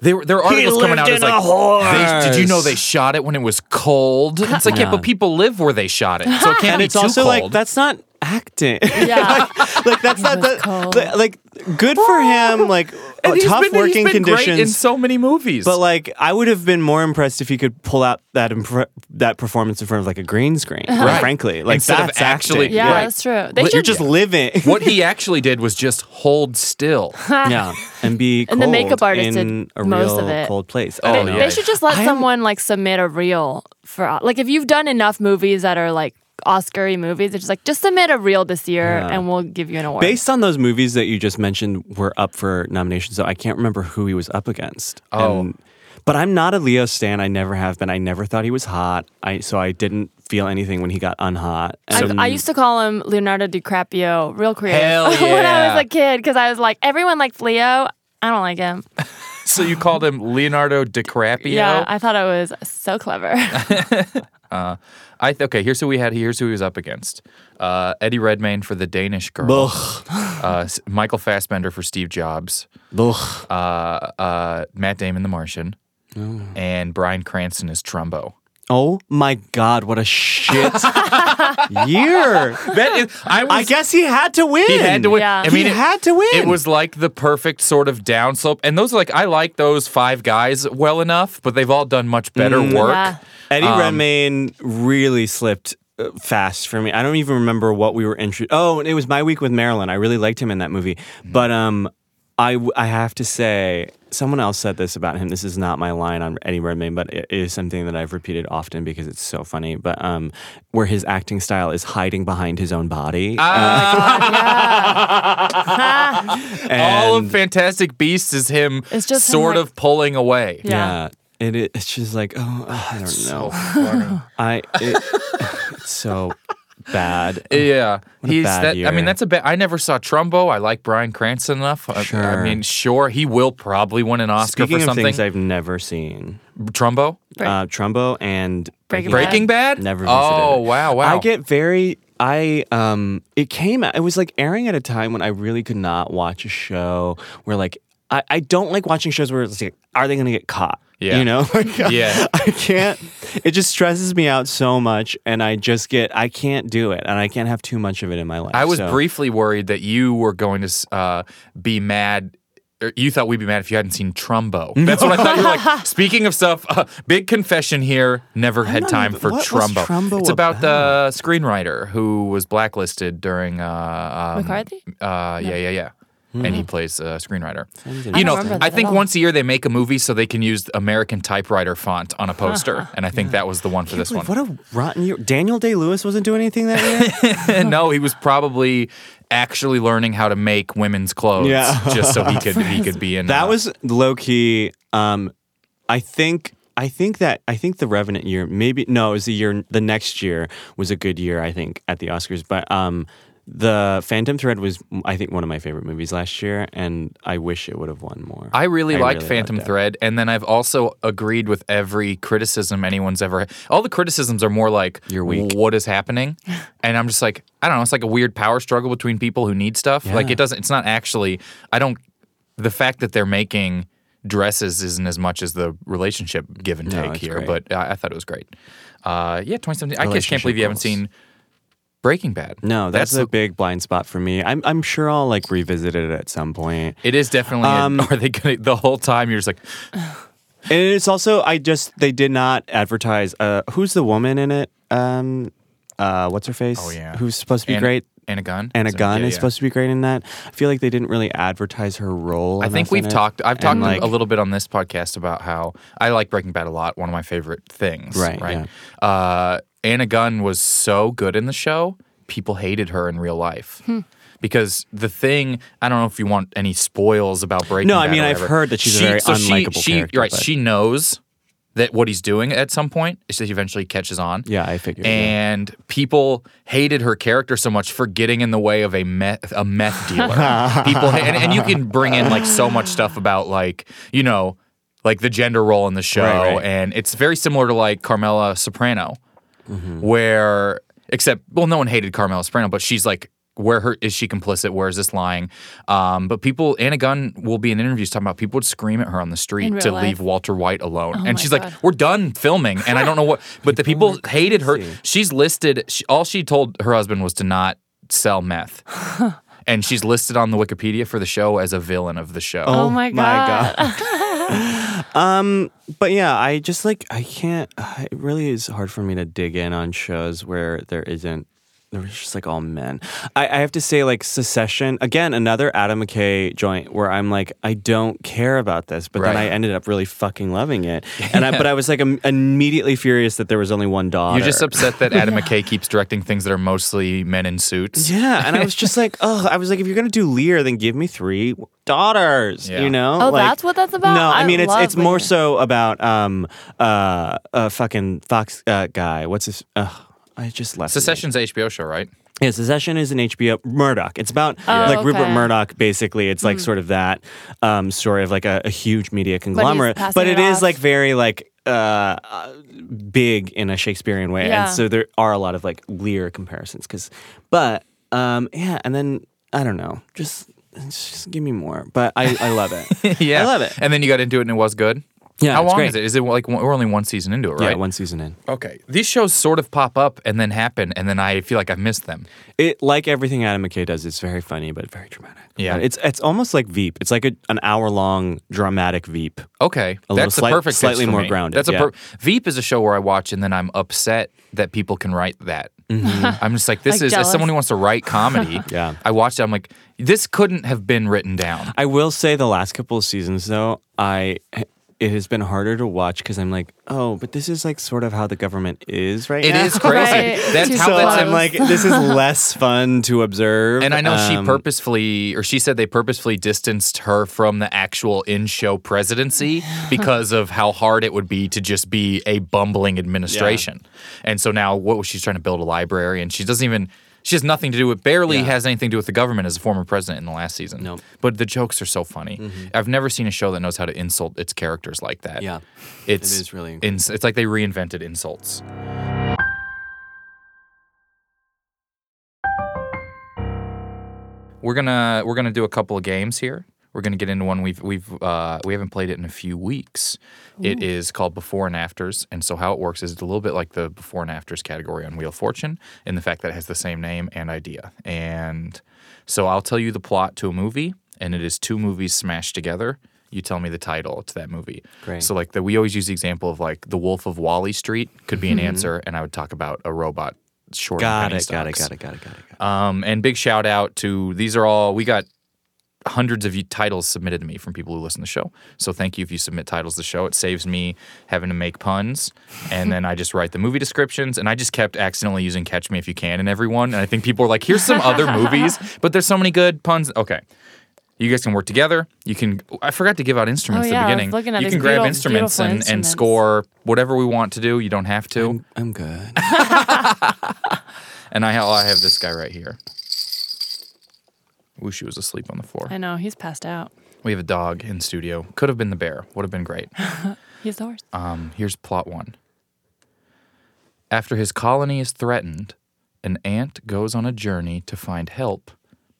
S1: There, there are articles coming
S3: lived
S1: out. It's
S3: in a
S1: like, they, did you know
S3: horse."
S1: they shot it when it was cold? And It's like, yeah, but people live where they shot it, so it can't
S3: and
S1: be
S3: it's
S1: too
S3: also
S1: cold.
S3: like that's not acting.
S4: <laughs> <laughs>
S1: <laughs>
S4: Yeah.
S3: <laughs> like that's not
S4: was
S3: that,
S4: cold.
S3: that- like good for
S4: <laughs>
S3: him. Like uh,
S1: And he's
S3: tough
S1: been- he's
S3: working
S1: been great in
S3: conditions.
S1: so many movies.
S3: But like, I would have been more impressed if he could pull out that impre- that performance in front of like a green screen.
S4: Uh-huh.
S1: Right.
S3: Frankly, like
S1: Instead of
S3: that's
S1: actually-
S3: acting.
S4: Yeah,
S1: Right.
S4: that's true. They
S1: You're
S3: You're
S4: should,
S3: just living.
S1: <laughs> what he actually did was just hold still. <laughs>
S3: yeah, <laughs> and be
S4: And the
S3: cold
S4: makeup artist
S3: in
S4: did
S3: a
S4: most
S3: real
S4: of it.
S3: cold place.
S1: They-
S3: Oh,
S4: they,
S3: no.
S1: yeah.
S4: should just let
S3: I'm-
S4: someone like submit a reel for like if you've done enough movies that are like Oscar-y movies. It's just like just submit a reel this year and we'll give you an award.
S3: Based on those movies that you just mentioned were up for nominations, so I can't remember who he was up against.
S1: Oh.
S3: And- But I'm not a Leo stan. I never have been. I never thought he was hot. I so I didn't feel anything when he got unhot. And-
S4: I, I used to call him Leonardo DiCaprio, real creative,
S1: Hell
S4: <laughs> when I
S1: yeah.
S4: was a kid, because I was like, everyone likes Leo. I don't like him.
S1: So you called him Leonardo DiCaprio?
S4: Yeah, I thought it was so clever. <laughs>
S1: I th- okay. Here's who we had. Here's who he was up against: uh, Eddie Redmayne for the Danish Girl,
S3: Ugh.
S1: uh, S- Michael Fassbender for Steve Jobs,
S3: Ugh.
S1: uh, uh, Matt Damon the Martian, and Brian Cranston as Trumbo.
S3: Oh my God! What a shit <laughs> year.
S1: That is, I was.
S3: I guess he had to win.
S1: he had to win.
S4: Yeah.
S1: I mean,
S3: he
S1: it-
S3: had to win.
S1: It was like the perfect sort of downslope. And those are like, I like those five guys well enough, but they've all done much better
S3: Mm-hmm.
S1: work.
S4: Yeah.
S3: Eddie Redmayne really slipped uh, fast for me. I don't even remember what we were intro. Oh, and it was my week with Marilyn. I really liked him in that movie, but um, I w- I have to say, someone else said this about him. This is not my line on Eddie Redmayne, but it is something that I've repeated often because it's so funny. But um, where his acting style is hiding behind his own body. Uh,
S1: all
S3: and-
S1: of Fantastic Beasts is him
S4: It's just him,
S1: sort
S4: like-
S1: of pulling away.
S4: Yeah.
S3: yeah. It, is- it's just like oh I don't know I it, it's so <laughs> bad
S1: <laughs> Yeah,
S3: a
S1: he's
S3: bad
S1: that. I
S3: year.
S1: mean, that's a bad. I never saw Trumbo. I like Brian Cranston enough. I- I,
S3: Sure.
S1: mean, sure, he will probably win an Oscar
S3: Speaking
S1: for
S3: of
S1: something.
S3: things I've never seen,
S1: Trumbo,
S4: Break-
S3: uh, Trumbo and
S4: Breaking Bad.
S1: Breaking Bad.
S3: Never visited
S1: Oh
S3: it.
S1: wow, wow.
S3: I get very. I um. It came. It was like airing at a time when I really could not watch a show where like I, I don't like watching shows where it's like are they going to get caught?
S1: Yeah.
S3: You know. <laughs> Like,
S1: <laughs> Yeah.
S3: I can't. It just stresses me out so much, and I just get. I can't do it, and I can't have too much of it in my life.
S1: I was
S3: so.
S1: briefly worried that you were going to s- uh, be mad. or You thought we'd be mad if you hadn't seen
S3: <laughs>
S1: Trumbo. That's what I thought. You were like, speaking of stuff, uh, big confession here. Never had
S3: don't
S1: time
S3: even-
S1: for
S3: what was
S1: Trumbo.
S3: Trumbo
S1: It's about, the screenwriter who was blacklisted during. Uh, um,
S4: McCarthy?
S1: Uh, Yeah, yeah, yeah. And he
S3: Hmm.
S1: plays a screenwriter.
S4: I
S1: You
S4: don't
S1: know,
S4: remember that
S1: I
S4: at
S1: think
S4: all.
S1: once a year they make a movie so they can use American typewriter font
S4: <laughs>
S1: on a poster, and I think that was the one for this one.
S3: Wait, What a rotten year! Daniel Day Lewis wasn't doing anything that year.
S1: <laughs> no, he was probably actually learning how to make women's clothes
S3: Yeah.
S1: just so he could he could
S3: <laughs>
S1: be in
S3: <laughs> That
S1: uh,
S3: was low key. Um, I think I think that I think the Revenant year, maybe no, it was the year the next year was a good year. I think at the Oscars, but um, the Phantom Thread was I think one of my favorite movies last year, and I wish it would have won more.
S1: I really liked Phantom
S3: loved it.
S1: Thread, and then I've also agreed with every criticism anyone's ever. All the criticisms are more like,
S3: You're weak.
S1: What is
S3: <laughs>
S1: happening?" And I'm just like, I don't know. It's like a weird power struggle between people who need stuff. Like it doesn't. It's not actually. I don't. The fact that they're making dresses isn't as much as the relationship give and
S3: No,
S1: take
S3: it's
S1: here.
S3: great.
S1: But I, I thought it was great. Uh, yeah, 2017. I just can't believe you haven't
S3: Relationship
S1: seen Breaking Bad.
S3: No, that's, a
S1: the-
S3: big blind spot for me. I'm I'm sure I'll like revisit it at some point.
S1: It is definitely. a- <laughs>
S3: Um,
S1: are they gonna the whole time? You're just like,
S3: And it's also I just they did not advertise uh who's the woman in it? Um uh what's her face? Oh
S1: yeah.
S3: Who's supposed to be
S1: Anna-
S3: great?
S1: Anna Gunn.
S3: Anna
S1: So,
S3: Gunn
S1: yeah,
S3: is
S1: yeah.
S3: supposed to be great in that. I feel like they didn't really advertise her role.
S1: I think
S3: enough in
S1: we've
S3: it.
S1: talked. I've
S3: And,
S1: talked
S3: like,
S1: a little bit on this podcast about how I like Breaking Bad a lot. One of my favorite things.
S3: Right,
S1: Right. Uh, Anna Gunn was so good in the show. People hated her in real life
S3: Hmm.
S1: because the thing. I don't know if you want any spoils about Breaking.
S3: No, I
S1: Bad
S3: mean,
S1: or
S3: I've
S1: whatever.
S3: heard that she's a very unlikable
S1: she,
S3: character,
S1: Right.
S3: but-
S1: She knows that what he's doing at some point. She eventually catches on.
S3: Yeah, I figured. yeah.
S1: And people hated her character so much for getting in the way of a meth a
S3: <laughs>
S1: meth dealer. people ha- and, and you can bring in like so much stuff about like you know like the gender role in the show,
S3: Right, right.
S1: and it's very similar to like Carmela Soprano,
S3: Mm-hmm.
S1: where except well, no one hated Carmela Soprano, but she's like. Where her is she complicit? Where is this lying? Um, but people, Anna Gunn will be in interviews talking about people would scream at her on the street
S4: real
S1: to
S4: life.
S1: leave Walter White alone, and
S4: my
S1: she's
S4: God.
S1: like, "We're done filming," and I don't know what. But the people hated her. She's listed. She, all she told her husband was to not sell meth, and she's listed on the Wikipedia for the show as a villain of the show.
S4: oh my god. <laughs>
S3: um, but yeah, I uh, just like I can't. It really is hard for me to dig in on shows where there isn't They were just like all men. I, I have to say, like Secession again, another Adam McKay joint where I'm like, I don't care about this, but then
S1: Right.
S3: I ended up really fucking loving it.
S4: <laughs>
S3: And I, but I was like im- immediately furious that there was only one daughter.
S1: You're just upset that Adam McKay keeps directing things that are mostly men in suits.
S3: yeah, and I was just like, oh, I was like, if you're gonna do Lear, then give me three daughters.
S1: Yeah.
S3: You know?
S4: Oh,
S3: Like-
S4: that's what that's about?
S3: No, I,
S4: I
S3: mean it's
S4: love
S3: it's more
S4: Lear.
S3: so about um uh uh fucking Fox uh, guy. What's his? Uh, I just left. his name.
S1: Secession's a HBO show, right?
S3: Yeah, Secession is an HBO Murdoch. It's about
S4: Oh,
S3: like Rupert
S4: okay. Hmm.
S3: Murdoch, basically. It's like sort of that um, story of like a, a huge media conglomerate,
S4: passing
S3: but
S4: it
S3: it is
S4: off.
S3: like very like uh, uh, big in a Shakespearean way,
S4: Yeah.
S3: and so there are a lot of like Lear comparisons. Because, but um, yeah, and then I don't know, just just give me more. But I, I love
S4: <laughs>
S3: it.
S1: yeah,
S3: I love it.
S1: And then you got into it, and it was good.
S3: Yeah,
S1: how
S3: it's
S1: long
S3: great.
S1: is it? Is it like one- we're only one season into it, right?
S3: Yeah, one season in.
S1: Okay, these shows sort of pop up and then happen, and then I feel like I missed them.
S3: It like everything Adam McKay does, it's very funny but very dramatic.
S1: Yeah.
S3: it's it's almost like Veep. It's like a, an hour long dramatic Veep.
S1: Okay,
S3: A little
S1: that's
S3: slight-
S1: the perfect. pitch
S3: slightly
S1: for
S3: more
S1: me.
S3: grounded,
S1: That's a
S3: yeah.
S1: Veep is a show where I watch, and then I'm upset that people can write that.
S3: Mm-hmm.
S1: I'm just like, this
S4: <laughs> Like
S1: is
S4: jealous.
S1: as someone who wants to write
S4: Uh-huh.
S1: comedy.
S3: Yeah.
S1: I watched it. I'm like, this couldn't have been written down.
S3: I will say the last couple of seasons though, I it has been harder to watch because I'm like, oh, but this is like sort of how the government is right
S1: It
S3: now.
S1: is crazy.
S4: Right.
S1: That's
S4: Too
S1: how
S3: so
S1: that's.
S3: I'm like, this is less fun to observe.
S1: And I know
S3: Um,
S1: she purposefully, or she said they purposefully distanced her from the actual in show presidency
S3: <laughs>
S1: because of how hard it would be to just be a bumbling administration. And so now, what was she trying to build a library? And she doesn't even, she has nothing to do with, barely has anything to do with the government as a former president in the last season.
S3: No.
S1: But the jokes are so funny. I've never seen a show that knows how to insult its characters like that.
S3: Mm-hmm. Yeah.
S1: It's,
S3: is really incredible.
S1: ins- it's like they reinvented insults. We're gonna we're gonna do a couple of games here. We're gonna get into one we've we've uh, we haven't played it in a few weeks. It is called Before and Afters, and so how it works is it's a little bit like the Before and Afters category on Wheel of Fortune, in the fact that it has the same name and idea. And so I'll tell you the plot to a movie, and it is two movies smashed together. You tell me the title to that movie.
S3: Great.
S1: So like the we always use the example of like The Wolf of Wally Street could be an answer, and I would talk about a robot short. on
S3: Mm-hmm. Got
S1: penny
S3: it, got it,
S1: stocks.
S3: got it, got it, got it, got it.
S1: Um, and big shout out to these are all we got hundreds of you- titles submitted to me from people who listen to the show. So thank you if you submit titles to the show. It saves me having to make puns, and then I just write the movie descriptions. And I just kept accidentally using "Catch Me If You Can" in everyone. And I think people are like, "Here's some other movies," but there's so many good puns. Okay. You guys can work together. You can. I forgot to give out instruments
S4: Oh,
S1: at
S4: yeah, I
S1: the
S4: was
S1: beginning.
S4: looking at
S1: you
S4: these
S1: can grab
S4: beautiful-
S1: instruments
S4: beautiful
S1: and, and
S4: instruments.
S1: score whatever we want to do. You don't have to.
S3: I'm
S4: <laughs>
S3: good.
S1: And I, oh, I have this guy right here. Wish he was asleep on the floor.
S4: I know he's passed out.
S1: We have a dog in studio. Could have been the bear. Would have been great.
S4: He's the horse.
S1: Um, here's plot one. After his colony is threatened, an ant goes on a journey to find help,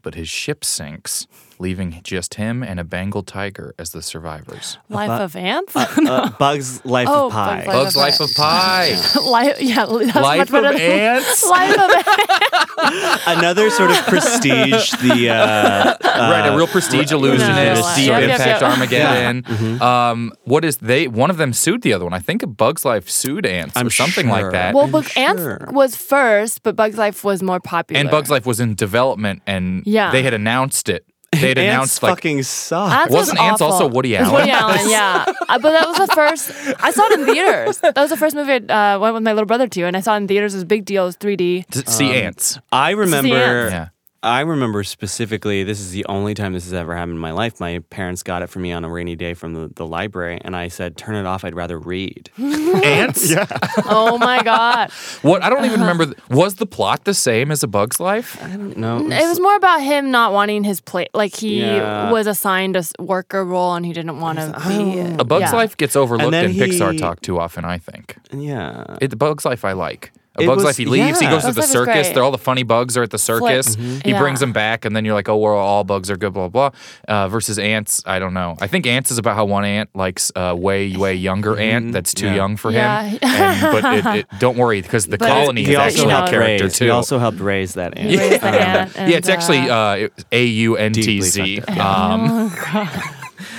S1: but his ship sinks, leaving just him and a Bengal tiger as the survivors.
S4: Life of ants.
S3: Uh, Bugs Life
S4: Oh,
S3: of Pie.
S4: Bugs
S1: Bugs
S4: Life-
S1: Life of
S4: <laughs>
S1: Pie.
S4: <laughs> life, yeah, that's
S1: Life
S4: much
S1: of
S4: better than
S1: ants.
S4: <laughs> life of ants.
S1: <laughs>
S3: Another sort
S4: <laughs>
S3: of prestige. The uh,
S1: right, a real prestige illusionist,
S4: no,
S1: deep
S4: yeah, yeah,
S1: impact
S4: yeah.
S1: Armageddon.
S3: Mm-hmm.
S1: Um, what is they? One of them sued the other one. I think a Bugs Life sued ants
S3: I'm
S1: or something like
S3: sure.
S1: that.
S4: Well,
S3: I'm
S4: Bugs
S3: sure.
S4: Ants was first, but Bugs Life was more popular.
S1: and Bugs Life was in development, and
S4: Yeah.
S1: they had announced
S3: <laughs>
S1: it. They had
S3: ants
S1: announced like
S3: fucking suck.
S4: Ants was
S1: Wasn't Ants
S4: awful.
S1: also Woody
S4: It was Woody
S1: Allen?
S4: Allen,
S1: <laughs>
S4: yeah. Uh, but that was the first. I saw it in theaters. That was the first movie I uh, went with my little brother to, and I saw it in theaters. It was a big deal. It was 3D.
S1: to see
S3: Um,
S1: ants.
S3: I remember.
S4: ants.
S1: Yeah.
S3: I remember specifically. This is the only time this has ever happened in my life. My parents got it for me on a rainy day from the, the library, and I said, "Turn it off. I'd rather read." <laughs>
S1: ants. Yeah.
S4: Oh
S1: <laughs>
S4: my god!
S1: What I don't even
S4: Uh-huh.
S1: remember. th- Was the plot the same as a Bug's Life?
S3: No, it
S4: It was more about him not wanting his plate. Like he
S3: Yeah.
S4: was assigned a s- worker role, and he didn't want to be.
S1: A Bug's
S4: yeah.
S1: Life gets overlooked
S3: then
S1: in Pixar
S3: he-
S1: talk too often. I think
S3: yeah.
S1: it, the Bug's Life I like. A
S3: It
S1: Bug's
S3: was-
S1: Life, he leaves, he
S3: yeah.
S1: goes to
S4: Bug's
S1: the
S4: Life is
S1: circus.
S4: great. Mm-hmm.
S1: They're all the funny bugs are at the circus. He
S4: Yeah.
S1: brings them back, and then you're like, oh, we're all bugs are good, blah, blah. Uh, versus ants, I don't know. I think ants is about how one ant likes a way, way younger ant that's too
S3: Mm-hmm. Yeah.
S1: young for him.
S4: Yeah.
S1: And, but it,
S4: <laughs>
S1: it, don't worry, because the
S4: But it-
S1: colony
S4: He
S1: is
S4: but,
S1: actually
S4: you know,
S1: a character,
S3: raise,
S1: too.
S3: He also helped raise that ant.
S4: Raise the
S1: <laughs> yeah,
S4: ant and,
S1: it's actually
S4: uh,
S1: uh, A U N T Z.
S3: Deeply fucked
S1: Um,
S3: All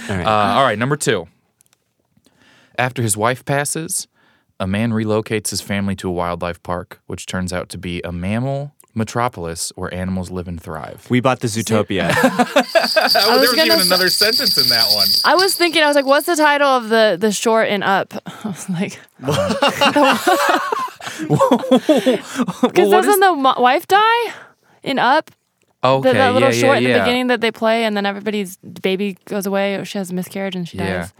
S3: right.
S1: uh, all right, number two. After his wife passes, a man relocates his family to a wildlife park, which turns out to be a mammal Metropolis, where animals live and thrive.
S3: We bought the
S1: <laughs>
S3: Zootopia.
S4: I was
S1: there was
S4: gonna
S1: even
S4: s-
S1: another sentence in that one.
S4: I was thinking, I was like, what's the title of the the short and up? <laughs> I was like, <laughs> because
S1: what
S4: doesn't the mo- wife die in up?
S1: Okay,
S4: That, that little
S1: yeah,
S4: short
S1: yeah,
S4: in the
S1: yeah.
S4: beginning that they play, and then everybody's baby goes away, or she has a miscarriage and she
S1: Yeah.
S4: dies.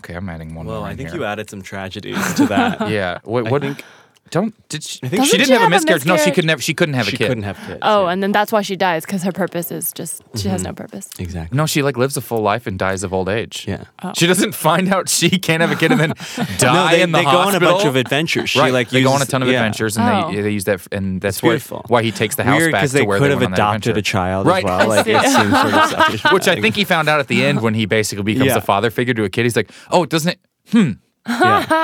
S1: Okay, I'm adding one
S3: well,
S1: more.
S3: I
S1: in
S3: think
S1: here.
S3: you added some <laughs> tragedies to that.
S1: Yeah. What? What?
S3: think-
S1: don't. Did she?
S3: think
S1: she
S4: Doesn't
S1: didn't
S4: she
S1: have a
S4: have a
S1: miscarriage. No, she
S4: miscarriage?
S1: could never. She couldn't have
S3: she
S1: a kid.
S3: couldn't have kids.
S4: Oh,
S3: yeah.
S4: and then that's why she dies because her purpose is just she
S1: Mm-hmm.
S4: has no purpose.
S3: <laughs> exactly.
S1: No, she like lives a full life and dies of old age.
S3: Yeah.
S4: Oh.
S1: She doesn't find out she can't have a kid and
S4: <laughs>
S1: then die
S3: no, they,
S1: in the
S3: they go on a
S1: hospital.
S3: bunch of adventures. She
S1: right.
S3: like
S1: they go on a
S3: uses-
S1: ton of
S3: yeah.
S1: adventures and
S4: Oh.
S1: they, they use that f- and that's
S3: It's
S1: why,
S3: beautiful.
S1: why he takes the house
S3: Weird
S1: back
S3: because
S1: to
S3: they
S1: where
S3: could
S1: they
S3: have
S1: went on that
S3: adopted a
S1: adventure.
S3: child
S1: Right.
S3: as well. Like it
S1: <laughs>
S3: seems sort of selfish.
S1: Which I think he found out at the end when he basically becomes
S3: Yeah.
S1: a father figure to a kid. He's like, oh, doesn't it?
S3: yeah.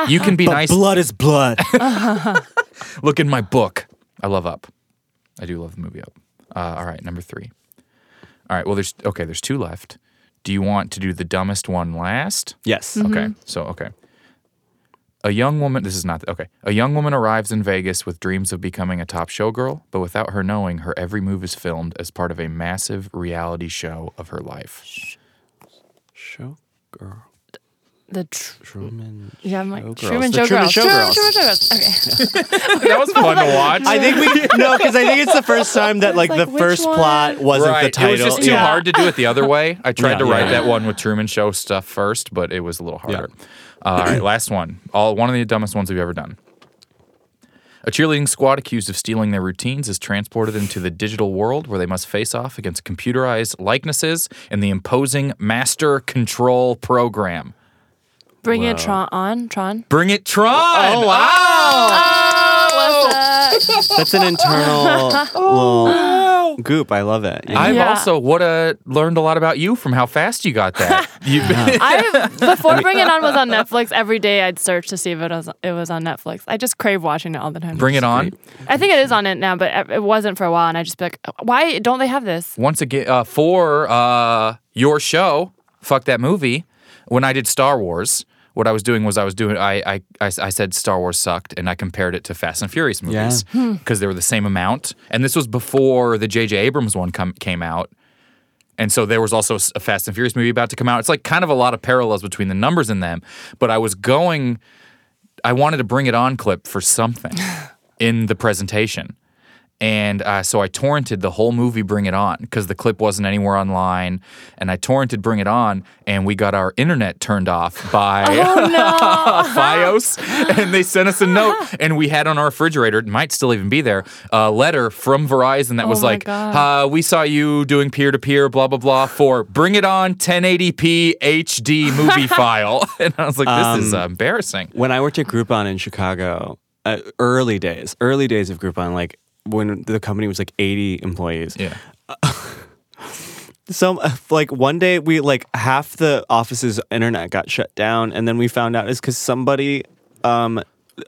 S1: You can be
S3: But
S1: nice.
S3: blood
S1: <laughs>
S3: is blood.
S1: Look in my book. I love Up. I do love the movie Up. Uh, all right, number three. All right. Well, there's okay. There's two left. Do you want to do the dumbest one last?
S3: yes.
S4: Mm-hmm.
S1: Okay. So, okay. A young woman, this is not, okay. A young woman arrives in Vegas with dreams of becoming a top showgirl, but without her knowing, her every move is filmed as part of a massive reality show of her life.
S3: Showgirl.
S4: The tr-
S3: Truman.
S4: yeah, I'm like
S3: Showgirls.
S4: Truman
S3: The Truman
S4: Showgirls. Truman
S3: Showgirls.
S4: Truman Showgirls. Okay.
S1: that was fun to watch.
S3: I think we no, because I think it's the
S4: <laughs>
S3: first time that like,
S4: like,
S3: the
S4: which
S3: first
S4: one?
S3: plot wasn't the title.
S1: It was just too
S4: Yeah.
S1: hard to do it the other way. I tried
S3: Yeah,
S1: to write
S3: yeah.
S1: that one with Truman Show stuff first, but it was a little harder. Uh, all right, last one. All one of the dumbest ones we've ever done. A cheerleading squad accused of stealing their routines is transported into the digital world where they must face off against computerized likenesses and the imposing master control program.
S4: Bring it Tron on Tron.
S1: Bring it, Tron! Oh, wow!
S3: Oh! That's an
S4: <laughs>
S3: internal
S4: Oh,
S3: little goop. I love it.
S1: I've
S4: Yeah.
S1: also would have learned a lot about you from how fast you got
S3: <laughs>
S1: that. You've been,
S4: I before Bring It On was on Netflix. Every day I'd search to see if it was it was on Netflix. I just crave watching it all the time.
S1: bring it on.
S4: I think it is on it now, but it wasn't for a while, and I just be like, why don't they
S1: <laughs>
S4: have this?
S1: once again uh, for uh, your show fuck that movie when i did star wars what i was doing was i was doing i i, I, I said star wars sucked and i compared it to fast and furious movies because they were the same amount and this was before the jj abrams one come, came out and so there was also s- a fast and furious movie about to come out it's like kind of a lot of parallels between the numbers in them but i was going i wanted to bring it on clip for something in the presentation and uh, so I torrented the whole movie Bring It On because the clip wasn't anywhere online. And I torrented Bring It On, and we got our internet turned off by
S4: Oh,
S1: <laughs>
S4: <laughs>
S1: Fios. And they sent us a note, and we had on our refrigerator, it might still even be there, a letter from Verizon that was
S4: Oh my
S1: like,
S4: God.
S1: uh, We saw you doing peer to peer, blah, blah, blah, for Bring It On 1080p HD
S4: <laughs>
S1: movie file. <laughs> And I was like, This is
S3: Um,
S1: uh, embarrassing.
S3: when I worked at Groupon in Chicago, uh, early days, early days of Groupon, like when the company was like 80 employees.
S1: Yeah.
S3: Some like one day we like half the office's internet got shut down, and then we found out is because somebody um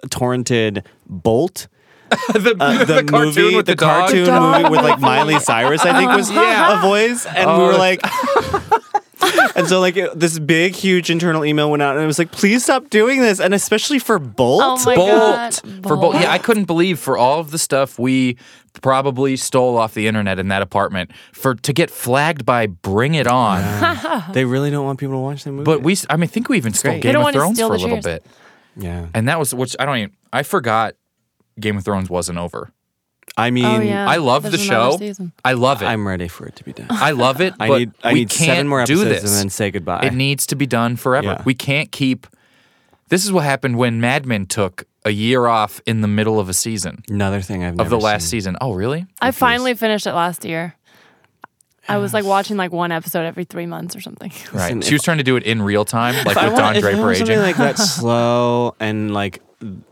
S3: torrented Bolt.
S1: <laughs> the,
S3: uh, <laughs> <laughs> the,
S1: cartoon
S3: movie,
S1: with
S3: the,
S1: the, dog.
S3: cartoon
S4: Dog
S3: movie with like Miley Cyrus, I think
S1: <laughs>
S3: was
S1: Yeah.
S3: a voice, and we were
S1: Oh.
S3: like. and so, like <laughs> it- this big, huge internal email went out, and it was like, "Please stop doing this," and especially for Bolt.
S4: Oh my God.
S1: Bolt for Bolt. Yeah, I couldn't believe for all of the stuff we probably stole off the internet in that apartment for to get flagged by Bring It On.
S3: They really don't want people to watch that movie.
S1: but we, I mean, I think we even stole
S4: They
S1: Game
S4: don't
S1: of
S4: wanna
S1: Thrones
S4: steal
S1: for a
S4: the
S1: little
S4: chairs.
S1: bit,
S3: yeah,
S1: and that was which I don't even. I forgot Game of Thrones wasn't over.
S3: I mean,
S4: Oh, yeah.
S1: I love the
S4: There's another
S1: show.
S4: season.
S1: I love it. i
S3: I'm ready for it to be done.
S1: love it.
S3: <laughs> I
S1: but
S3: need, I
S1: we
S3: need
S1: can't
S3: seven more
S1: do
S3: episodes
S1: this.
S3: and then say goodbye.
S1: It needs to be done forever.
S3: Yeah.
S1: We can't keep. This is what happened when Mad Men took a year off in the middle of a season
S3: Another thing I've
S1: of the
S3: never
S1: last
S3: seen.
S1: season. Oh, really?
S4: I finally finished it last year. I was like watching like one episode every three months or something. <laughs>
S1: Right.
S3: Listen,
S1: she was trying to do it in real time, like
S3: I
S1: with
S3: want-
S1: Don
S3: if I
S1: Draper
S3: want something
S1: aging.
S3: like
S1: <laughs>
S3: that slow and like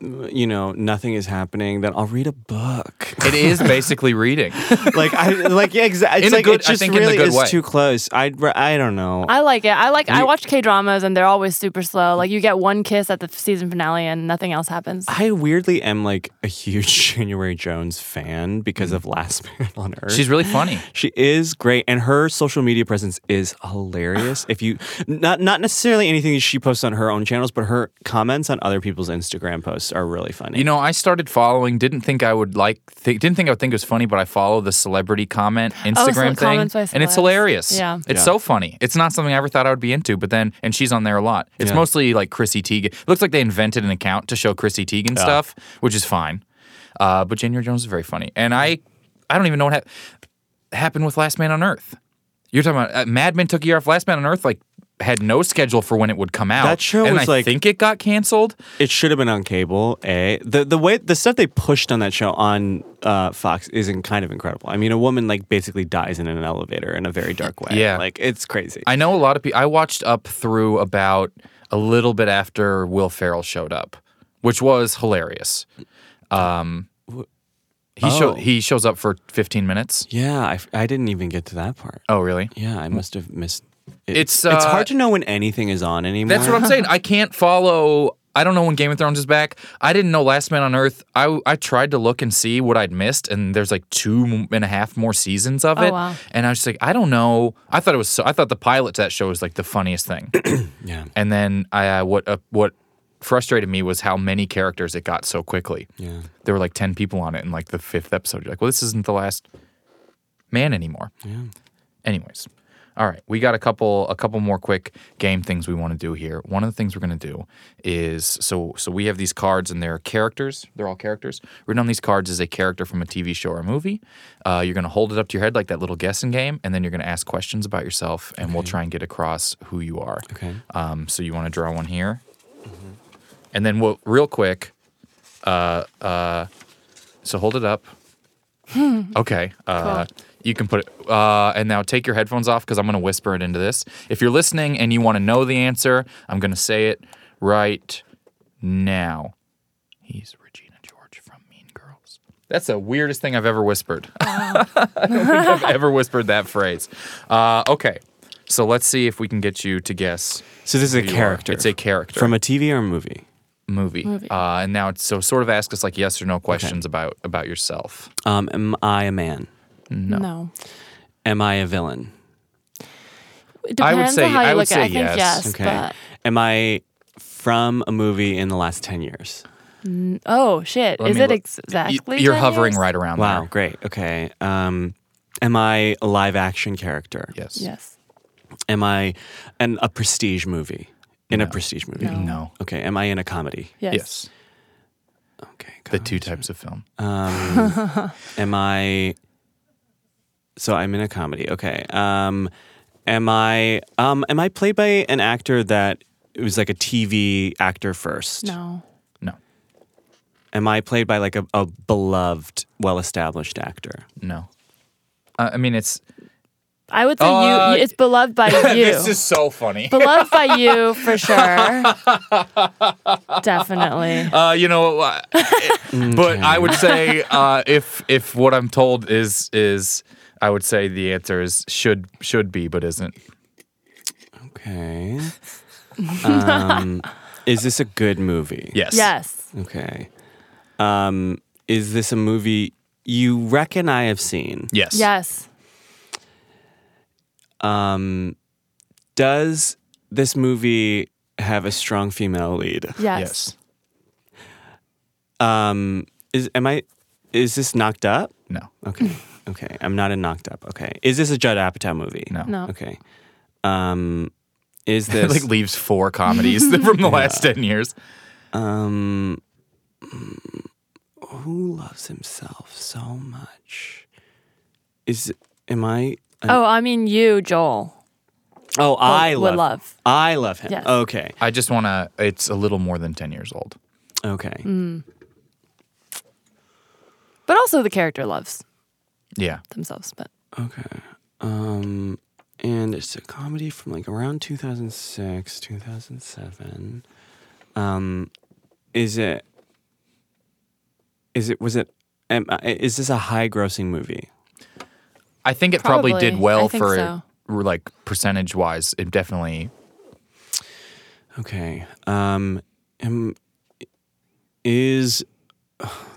S3: you know nothing is happening. Then I'll read a book.
S1: it
S3: <laughs>
S1: is basically reading.
S3: like I like yeah, exactly.
S1: In
S3: It's
S1: a
S3: like
S1: good-
S3: it
S1: I
S3: just
S1: think in the
S3: really
S1: good
S3: is
S1: way.
S3: too close. I I don't know.
S4: I like it. I like. I watch K dramas and they're always super slow. Like you get one kiss at the season finale and nothing else happens.
S3: I weirdly am like a huge <laughs> January Jones fan because of Last Man on Earth.
S1: Hmm. She's really funny.
S3: she is great, and her social media presence is hilarious. If you not not necessarily anything that she posts on her own channels, but her comments on other people's Instagram posts are really funny.
S1: You know, I started following, didn't think I would like think didn't think I would think it was funny, but I follow the celebrity comment Instagram thing,
S4: Oh, comments by
S1: and it's
S4: celebs.
S1: hilarious.
S4: Yeah.
S1: it's so funny. It's not something I ever thought I would be into, but then and she's on there a lot. It's mostly like Chrissy Teigen. It looks like they invented an account to show Chrissy Teigen stuff, which is fine. Uh, but January Jones is very funny, and I, I don't even know what hap happened with Last Man on Earth. You're talking about uh, Mad Men took a year off. Last Man on Earth like had no schedule for when it would come out.
S3: That show
S1: and
S3: was,
S1: I
S3: like-
S1: think it got canceled.
S3: It should have been on cable. A the the way the stuff they pushed on that show on uh, Fox is in kind of incredible. I mean, a woman like basically dies in an elevator in a very dark way.
S1: Yeah.
S3: like it's crazy.
S1: I know a lot of people. I watched up through about a little bit after Will Ferrell showed up, which was hilarious. Um, he show,
S3: Oh.
S1: he shows up for 15 minutes.
S3: yeah, I, f- I didn't even get to that part.
S1: Oh, really?
S3: Yeah, I must have missed. it.
S1: It's,
S3: it's
S1: uh,
S3: hard to know when anything is on anymore.
S1: That's what I'm saying. I can't follow. I don't know when Game of Thrones is back. I didn't know Last Man on Earth. I, I tried to look and see what I'd missed, and there's like two and a half more seasons of
S4: Oh,
S1: it.
S4: wow.
S1: And I was just like, I don't know. I thought it was. So, I thought the pilot to that show was like the funniest
S4: <clears throat>
S1: thing.
S3: Yeah.
S1: And then I uh, what uh, what frustrated me was how many characters it got so quickly.
S3: Yeah.
S1: There were like ten people on it in like the fifth episode. You're like, well, this isn't the last man anymore. Yeah. Anyways, all right, we got a couple a couple more quick game things we want to do here. One of the things we're gonna do is so so we have these cards and they're characters. They're all characters. Written on these cards is a character from a TV show or a movie. Uh, you're gonna hold it up to your head like that little guessing game, and then you're gonna ask questions about yourself, and we'll try and get across who you are.
S3: Okay.
S1: Um, so you want to draw one here, and then we'll real quick. Uh, uh, so hold it up. okay. Uh, You can put it. Uh, and now take your headphones off because I'm going to whisper it into this. If you're listening and you want to know the answer, I'm going to say it right now. He's Regina George from Mean Girls. That's the weirdest thing I've ever whispered. <laughs> I don't think I've ever whispered that phrase. Uh, okay. So let's see if we can get you to guess
S3: So this is a
S1: you are.
S3: character.
S1: It's a character
S3: from a TV or a movie.
S1: movie. Uh, and now it's so sort of ask us like yes or no questions about about yourself.
S3: Um, am I a man?
S4: No.
S3: Am I a villain?
S4: It
S1: I would
S4: depends
S1: say-
S4: on how you
S1: I would
S4: look at it. I
S1: say yes.
S4: think yes,
S3: Okay.
S4: but
S3: Am I from a movie in the last ten years?
S4: oh shit,
S1: Let
S4: is
S1: me
S4: it
S1: look-
S4: ex-
S1: Y-
S4: exactly?
S1: You're
S4: 10
S1: hovering
S4: years?
S1: right around
S3: Wow,
S1: there.
S3: great. Okay. Um, am I a live action character?
S1: Yes.
S4: Yes.
S3: Am I an a prestige movie? In a prestige movie?
S4: No.
S1: No.
S3: Okay. Am I in a comedy?
S4: Yes.
S1: Yes.
S3: Okay.
S1: The
S3: Good.
S1: two types of film.
S3: Am I? So I'm in a comedy. Okay. Um, am I? Um, am I played by an actor that was like a TV actor first?
S4: No.
S1: No.
S3: Am I played by like a, a beloved, well-established actor?
S1: No. Uh, I mean
S4: <laughs>
S1: it's
S4: I would say
S1: Uh,
S4: you. It's
S1: <laughs>
S4: beloved by you.
S1: so funny.
S4: beloved by you for
S1: <laughs>
S4: sure. Definitely.
S1: Uh, you know, <laughs> uh, but I would say uh, if if what I'm told is is I would say the answer is should should be but isn't.
S4: <laughs>
S3: Okay. Um, is this a good movie?
S1: Yes.
S4: Yes.
S3: Okay. Um, is this a movie you reckon I have seen?
S1: Yes.
S4: Yes.
S3: Um, does this movie have a strong female lead?
S1: <laughs>
S4: Yes.
S1: Yes.
S3: Um, is am I? Is this knocked up?
S1: No. <laughs>
S3: Okay. Okay. I'm not in knocked up. Okay. Is this a Judd Apatow movie?
S1: No.
S4: No.
S3: Okay. Um,
S1: <laughs>
S3: is
S1: It
S3: this
S1: like leaves four comedies <laughs>
S4: <laughs>
S1: from the last ten years.
S3: Um, who loves himself so much? Is am I?
S4: Oh, I mean you, Joel.
S3: Oh, I
S4: would
S3: love,
S4: love.
S3: I love him.
S4: Yes.
S3: Okay.
S1: I just want to. It's a little more than ten years old.
S3: Okay.
S4: But also the character loves
S1: Yeah.
S4: themselves. But
S3: Okay. Um, and it's a comedy from like around 2006, 2007. Um, is it? Is it? Was it? Am, I- is this a high-grossing movie?
S1: I think it probably, did
S4: Probably.
S1: well
S4: I think
S1: for
S4: so.
S1: like percentage wise. It definitely.
S3: Okay. Um am, is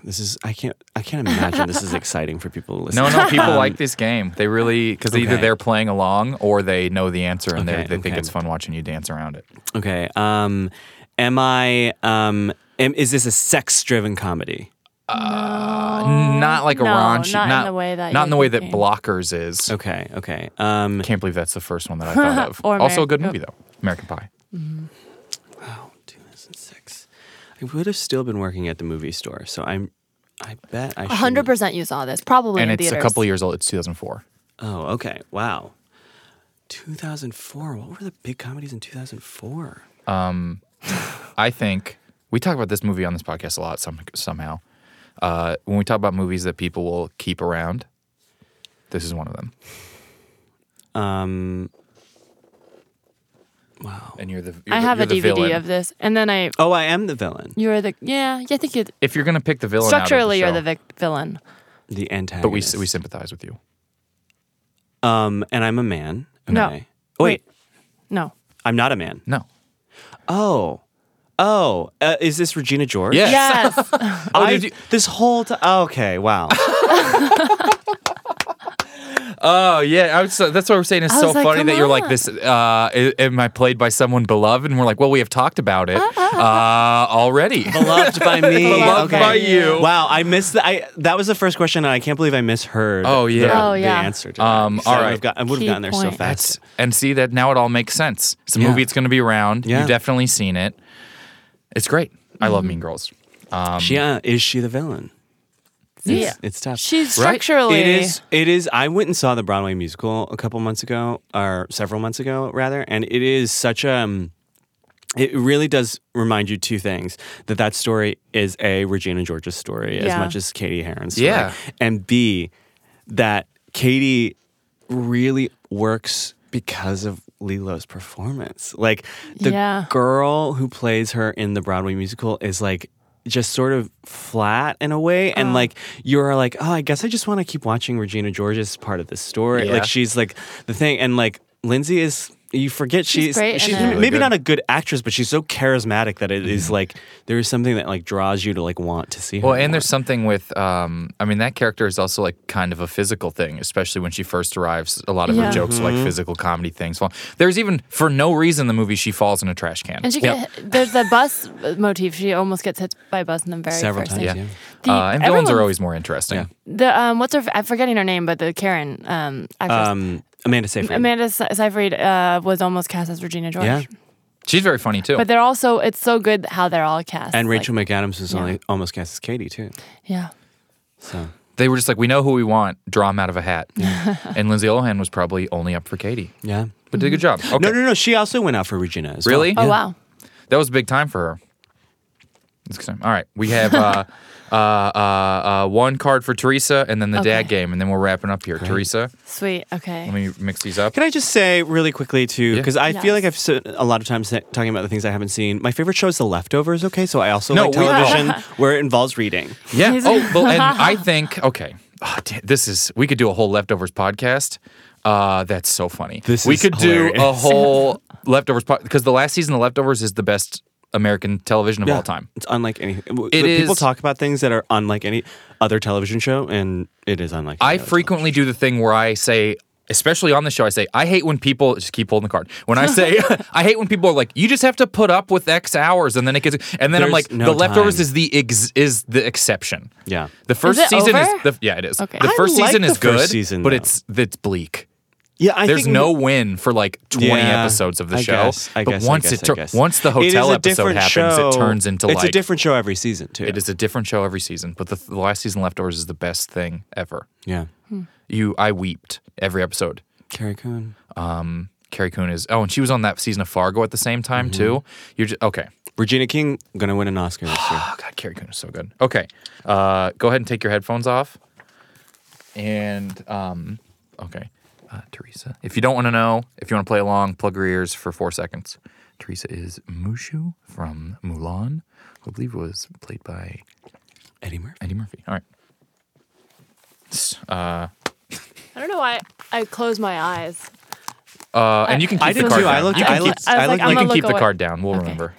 S3: this is I can't I can't imagine this
S1: <laughs>
S3: is exciting for people to listen.
S1: No, no, people
S3: <laughs> Um,
S1: like this game. They really because either
S3: okay.
S1: they're playing along or they know the answer and they
S3: Okay,
S1: they think
S3: okay.
S1: it's fun watching you dance around it.
S3: Okay. Um am I um am, is this a sex-driven comedy?
S1: not like a
S4: Oh, No,
S1: raunchy,
S4: not in
S1: not
S4: the way that
S1: not in the
S4: you're
S1: way that
S4: thinking.
S1: Blockers is.
S3: Okay, okay. Um,
S1: Can't believe that's the first one that I thought of.
S4: <laughs> Or
S1: also, a good
S4: American-
S1: movie though, American Pie.
S3: six. I would have still been working at the movie store, so I'm. I bet I.
S4: hundred
S3: shouldn't-
S4: percent you saw this. Probably
S1: and
S4: in
S1: it's
S4: theaters.
S1: a couple years old. It's 2004.
S3: Oh, okay. Wow. 2004. What were the big comedies in 2004?
S1: I think we talk about this movie on this podcast a lot. Some, somehow, uh, when we talk about movies that people will keep around, this is one of them.
S3: Um.
S1: And you're the. You're
S4: I
S1: the-
S4: have
S1: you're the
S4: a DVD
S1: villain.
S4: of this, and then I
S3: Oh, I am the villain.
S4: you're the yeah. yeah, I think you
S1: If you're gonna pick the villain, out of the
S4: structurally you're
S1: show,
S4: the vic- villain.
S3: The antagonist.
S1: But we we sympathize with you.
S3: Um, and I'm a man. am
S4: No.
S3: I? Oh, Wait,
S4: No.
S3: I'm not a man.
S1: No.
S3: Oh. Oh, uh, is this Regina George?
S1: Yeah. Oh,
S4: Yes.
S3: <laughs> I,
S1: did you-
S3: this whole time.
S1: <laughs>
S3: okay, wow.
S1: Oh yeah, I was, so- that's what we're saying. It's
S4: I
S1: so
S4: was like,
S1: funny
S4: come
S1: that you're like
S4: on.
S1: this. Uh, a- am I played by someone beloved? And we're like, well, we have talked about
S4: <laughs>
S1: it uh, already. <laughs>
S3: Beloved by me.
S1: Beloved
S3: okay.
S1: by you.
S3: Wow, I missed that. I that was the first question, and I can't believe I misheard.
S1: Oh, yeah.
S3: the,
S4: Oh,
S3: the
S4: yeah.
S3: answer to that.
S1: Um,
S3: So
S1: all
S3: I would've
S1: right.
S3: got- I would have
S4: Key
S3: gotten there so
S4: point.
S3: fast.
S1: and see that now it all makes sense. It's a
S3: Yeah.
S1: movie. It's going to be around.
S3: Yeah.
S1: You've definitely seen it. It's great. I
S4: Mm-hmm.
S1: love Mean Girls. um,
S3: she, uh, is she the villain?
S4: yeah.
S3: It's, it's tough.
S4: She's
S1: Right?
S4: structurally
S3: It is. It is. I went and saw the Broadway musical a couple months ago, or several months ago, rather, and it is such a. Um, it really does remind you two things that that story is a Regina George's story as
S4: Yeah.
S3: much as Katie Heron's story,
S1: Yeah.
S3: and B that Katie really works because of Lilo's performance. Like the
S4: Yeah.
S3: girl who plays her in the Broadway musical is like just sort of flat in a way
S4: Uh-huh.
S3: and like you're like oh i guess i just want to keep watching regina george's part of the story
S1: Yeah.
S3: like she's like the thing and like lindsay is you forget she's she's,
S4: great in
S3: she's
S4: it.
S3: m-
S4: Really
S3: maybe
S1: good. Mm-hmm.
S3: not a good actress, but she's so charismatic that it is like there is something that like draws you to like want to see her.
S1: Well, and
S3: more.
S1: there's something with, um, I mean, that character is also like kind of a physical thing, especially when she first arrives. A lot of
S4: Yeah.
S1: her jokes
S3: Mm-hmm.
S1: are like physical comedy things. Well, there's even, for no reason, in the movie, she falls in a trash can.
S4: And she get, there's the bus motif. She almost gets hit by a bus in the very
S3: several
S4: first
S3: times.
S4: scene.
S3: Yeah.
S1: Yeah.
S4: The,
S1: uh, and villains are
S4: everyone's-
S1: always more interesting.
S3: Yeah.
S4: the um what's her I'm forgetting her name, but the Karen um actress.
S3: Um, Amanda Seyfried.
S4: Amanda Se- Seyfried uh, was almost cast as Regina George.
S3: Yeah.
S1: She's very funny too.
S4: But they're also it's so good how they're all cast.
S3: and
S4: like-
S3: Rachel McAdams was only almost cast as Katie too.
S4: yeah.
S3: So
S1: they were just like, we know who we want, draw him out of a hat. <laughs> and Lindsay Lohan was probably only up for Katie,
S3: yeah.
S1: but did a good
S4: Mm-hmm.
S1: job. Okay.
S3: No, no, no. She also went out for Regina. As
S1: Really?
S4: Oh wow.
S1: That was a big time for her. That's exciting. All right, we have
S4: <laughs>
S1: uh, uh, uh, uh, one card for Teresa, and then the dad
S4: Okay.
S1: game, and then we're wrapping up here. Teresa,
S4: Sweet. Okay.
S1: let me mix these up.
S3: Can I just say really quickly too,
S1: Yeah.
S3: because I
S4: Yes.
S3: feel like I've s- a lot of times sa- talking about the things I haven't seen. My favorite show is The Leftovers. Okay, so I also
S1: No,
S3: like
S1: we-
S3: television where it involves reading.
S1: yeah. Oh, well, and I think okay. Oh, da- this is we could do a whole leftovers podcast. Uh, that's so funny.
S3: This
S1: we
S3: is
S1: could do a
S3: hilarious. <laughs>
S1: whole leftovers podcast because the last season of leftovers is the best American television of all time.
S3: It's unlike anything.
S1: It
S3: People
S1: is-
S3: talk about things that are unlike any other television show, and it is unlike. any
S1: I
S3: other
S1: frequently do the thing where I say, especially on the show, I say, I hate when people just keep holding the card. When I
S3: <laughs>
S1: say, <laughs> I hate when people are like, you just have to put up with X hours, and then it gets, and then I'm
S3: There's
S1: like,
S3: no
S1: the leftovers
S3: time.
S1: is the ex- is the exception.
S3: Yeah.
S1: The first
S4: it
S1: season
S4: over?
S1: is the yeah it is.
S4: Okay.
S1: The
S4: I
S1: first
S3: like
S1: season
S3: the
S1: is good,
S3: first season,
S1: but
S3: though.
S1: it's it's bleak.
S3: Yeah, I
S1: There's
S3: think
S1: no win for like 20
S3: Yeah,
S1: episodes of the
S3: I
S1: show.
S3: guess, I
S1: but
S3: guess, I
S1: once
S3: guess,
S1: it
S3: I
S1: tur-
S3: guess.
S1: once the
S3: It is
S1: hotel
S3: a
S1: episode
S3: different
S1: happens,
S3: show.
S1: it turns into
S3: it's
S1: like
S3: a different show every season too.
S1: it is a different show every season. But the, the last season of leftovers is the best thing ever.
S3: Yeah,
S1: You I weeped every episode.
S3: Carrie Coon,
S1: Carrie Coon is. Oh, and she was on that season of Fargo at the same time
S3: Mm-hmm.
S1: too. You're just okay.
S3: Regina King gonna win an Oscar this year.
S1: Oh God, Carrie Coon is so good. Okay, uh, go ahead and take your headphones off. And um, okay, uh, Teresa. If you don't want to know, if you want to play along, plug your ears for four seconds. Teresa is Mushu from Mulan, who I believe was played by
S3: <gasps> Eddie Murphy.
S1: Eddie Murphy. All right. S- Uh,
S4: I don't know why I close my eyes.
S1: uh, and you can keep
S3: I
S1: the
S3: did
S1: card
S3: too.
S1: down.
S3: I looked-
S1: You can
S3: I
S1: keep,
S3: looked-
S4: I was
S1: you
S4: like,
S1: can
S4: I'm gonna
S1: keep
S4: look
S1: the
S4: away.
S1: card down. We'll
S4: Okay.
S1: remember.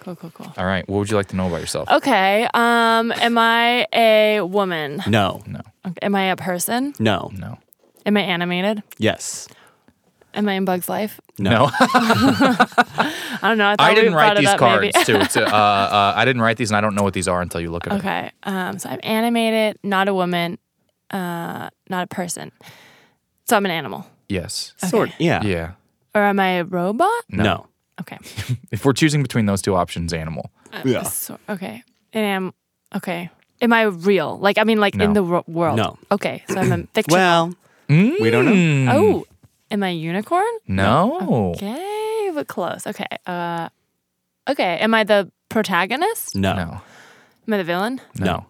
S4: Cool, cool, cool.
S1: All right. What would you like to know about
S3: Oh.
S1: yourself?
S4: Okay. Um am I a woman?
S3: No,
S1: No.
S4: Okay, Am I a person?
S3: no,
S1: No.
S4: Am I animated?
S3: yes,
S4: Am I in Bug's Life?
S1: No,
S4: I don't know. I, thought
S1: I
S4: we
S1: didn't
S4: brought
S1: write
S4: it
S1: these
S4: up,
S1: cards
S4: maybe.
S1: too. It's, uh, uh, I didn't write these, and I don't know what these are until you look at it.
S4: <laughs> Okay. Um, so I'm animated, not a woman, uh, not a person. So I'm an animal.
S1: Yes.
S3: Sort. Yeah.
S1: Yeah.
S4: Or am I a robot?
S3: No.
S4: Okay.
S1: If we're choosing between those two options, animal.
S4: Uh,
S3: Yeah.
S4: So, okay. And am okay. Am I real? Like I mean, like
S1: No.
S4: in the ro- world?
S3: No.
S4: Okay.
S1: <clears throat>
S4: So I'm a fiction.
S3: Well, we don't know.
S1: Mm,
S4: oh, am I a unicorn?
S1: no.
S4: Okay, but close. Okay. Uh, okay. Am I the protagonist?
S3: No. No.
S1: No.
S4: Am I the villain?
S1: No.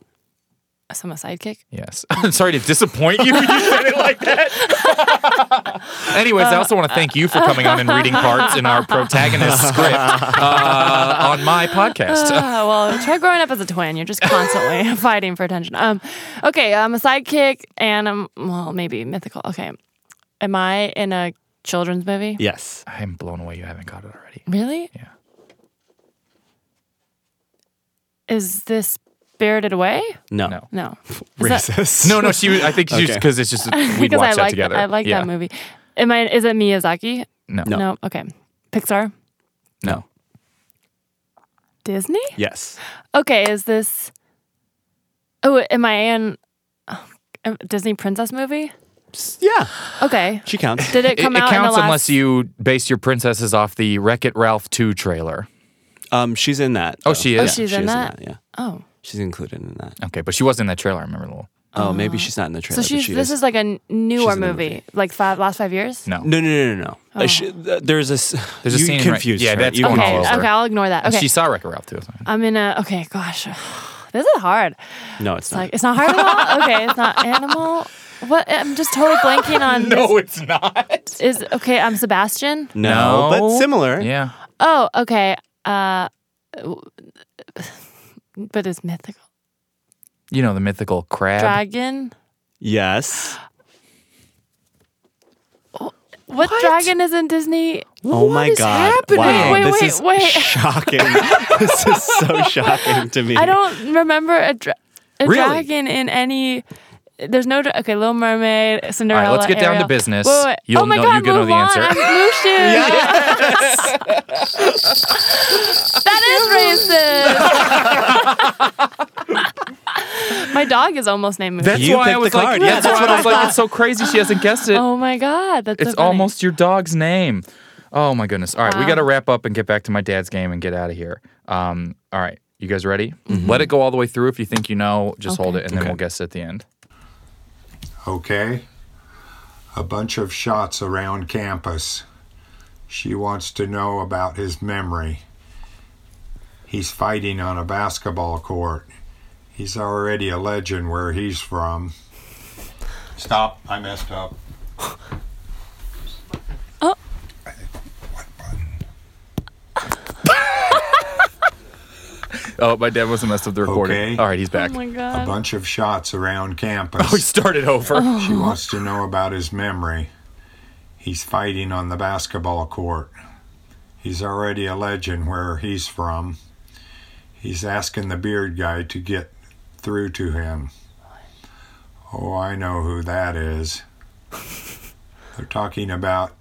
S4: So I'm a sidekick.
S1: Yes. <laughs> I'm sorry to disappoint you. You said it like that.
S4: <laughs>
S1: Anyways, I also want to thank you for coming on and reading parts in our protagonist script uh, on my <laughs>
S4: <laughs>
S1: podcast.
S4: Uh, well, try growing up as a twin. You're just constantly <laughs> fighting for attention. Um, okay, I'm a sidekick, and I'm well, maybe mythical. Okay, am I in a children's movie?
S3: Yes.
S1: I'm blown away you haven't got it
S4: <laughs>
S1: already.
S4: Really?
S1: Yeah.
S4: Is this Spirited Away?
S3: No.
S1: No. <laughs>
S4: No. Is that- <laughs>
S3: Racist.
S1: No, no, she. was- I think she's
S3: Okay.
S1: because it's just we
S4: because I
S1: watched that
S4: like
S1: together.
S4: I like
S1: Yeah.
S4: that movie. Am I? Is it Miyazaki?
S1: No.
S3: No.
S4: Okay. Pixar.
S3: No.
S4: Disney.
S3: Yes.
S4: Okay. Is this? Oh, am I in oh, a Disney princess movie?
S3: Yeah.
S4: Okay.
S3: She counts.
S4: Did it
S1: It,
S4: come
S1: it
S4: out? in
S1: counts
S4: the last...
S1: unless you base your princesses off the Wreck It Ralph 2 trailer.
S3: Um, she's in that.
S1: Oh,
S3: though.
S1: she
S3: Yeah,
S1: is?
S4: she's
S3: she
S4: in
S3: is
S4: that?
S3: Yeah.
S4: Oh,
S3: She's included in that.
S1: Okay, but she was in that trailer. I remember the little.
S3: Oh, maybe she's not in the trailer.
S4: so
S3: but
S4: she's.
S3: she
S4: this
S3: is.
S4: is, like a n- newer
S3: in the
S4: movie,
S3: movie.
S4: like five last five years.
S1: No.
S3: No, no, no, no, no.
S4: Oh.
S3: Uh, she- th- there's a. s-
S1: There's a
S3: you
S1: scene right-
S3: confused.
S1: yeah,
S3: her.
S1: that's
S3: You
S1: going
S4: Okay.
S1: all
S3: confused
S1: over.
S4: Okay. I'll ignore that. Okay.
S1: She saw Wreck It Ralph 2.
S4: I'm in a. Okay. Gosh. <sighs> This is hard.
S3: her. No, it's
S4: It's
S3: not.
S4: like it's not hard
S3: <laughs>
S4: at all. Okay, it's not animal. What? I'm just totally
S3: <laughs>
S4: blanking on.
S1: No, it's not.
S4: this. Is okay. I'm Sebastian.
S1: No.
S3: no, but similar.
S1: Yeah.
S4: Oh, okay. Uh, <sighs> w- but it's mythical.
S1: You know, the mythical crab.
S4: Dragon.
S3: Yes.
S4: What, dragon is in Disney?
S3: oh my god! Wow,
S4: Wait,
S3: this
S4: wait,
S3: is
S4: wait.
S3: shocking. <laughs> this is
S4: <laughs>
S3: so shocking to me.
S4: I don't remember a, dra- a
S1: Really?
S4: dragon in any. There's no dra- okay. Little Mermaid, Cinderella.
S1: All right, let's get down to
S4: Ariel.
S1: business.
S4: Wait, wait.
S1: You'll
S4: oh my
S1: know-
S4: God,
S1: you're gonna know the
S4: Mulan,
S1: answer.
S4: I'm
S1: <laughs>
S4: Lucian. that is racist. <laughs> my dog is almost named Mulan.
S1: That's
S3: You
S1: why I
S3: picked
S1: was
S3: the
S1: like,
S3: card.
S1: yeah,
S3: Yeah,
S1: that's what I was like. It's so crazy she hasn't guessed it.
S4: <gasps> oh my God, that's so
S1: it's
S4: funny.
S1: almost your dog's name. Oh my goodness. All right, we
S4: Wow.
S1: got to wrap up and get back to my dad's game and get out of here. Um, all right, you guys ready? Let it go all the way through. If you think you know, just hold it and then we'll guess at the end.
S5: Okay? A bunch of shots around campus. She wants to know about his memory. He's fighting on a basketball court. He's already a legend where he's from. Stop. I messed up.
S4: Oh.
S5: What button?
S1: Oh, my dad must have messed up the recording.
S5: Okay.
S1: All right, he's back.
S4: Oh my
S5: A
S4: God.
S5: bunch of shots around
S1: <laughs>
S5: campus.
S1: we started over.
S5: She wants to know about his memory. He's fighting on the basketball court. He's already a legend where he's from. He's asking the beard guy to get through to him. Oh, I know who that is. They're talking about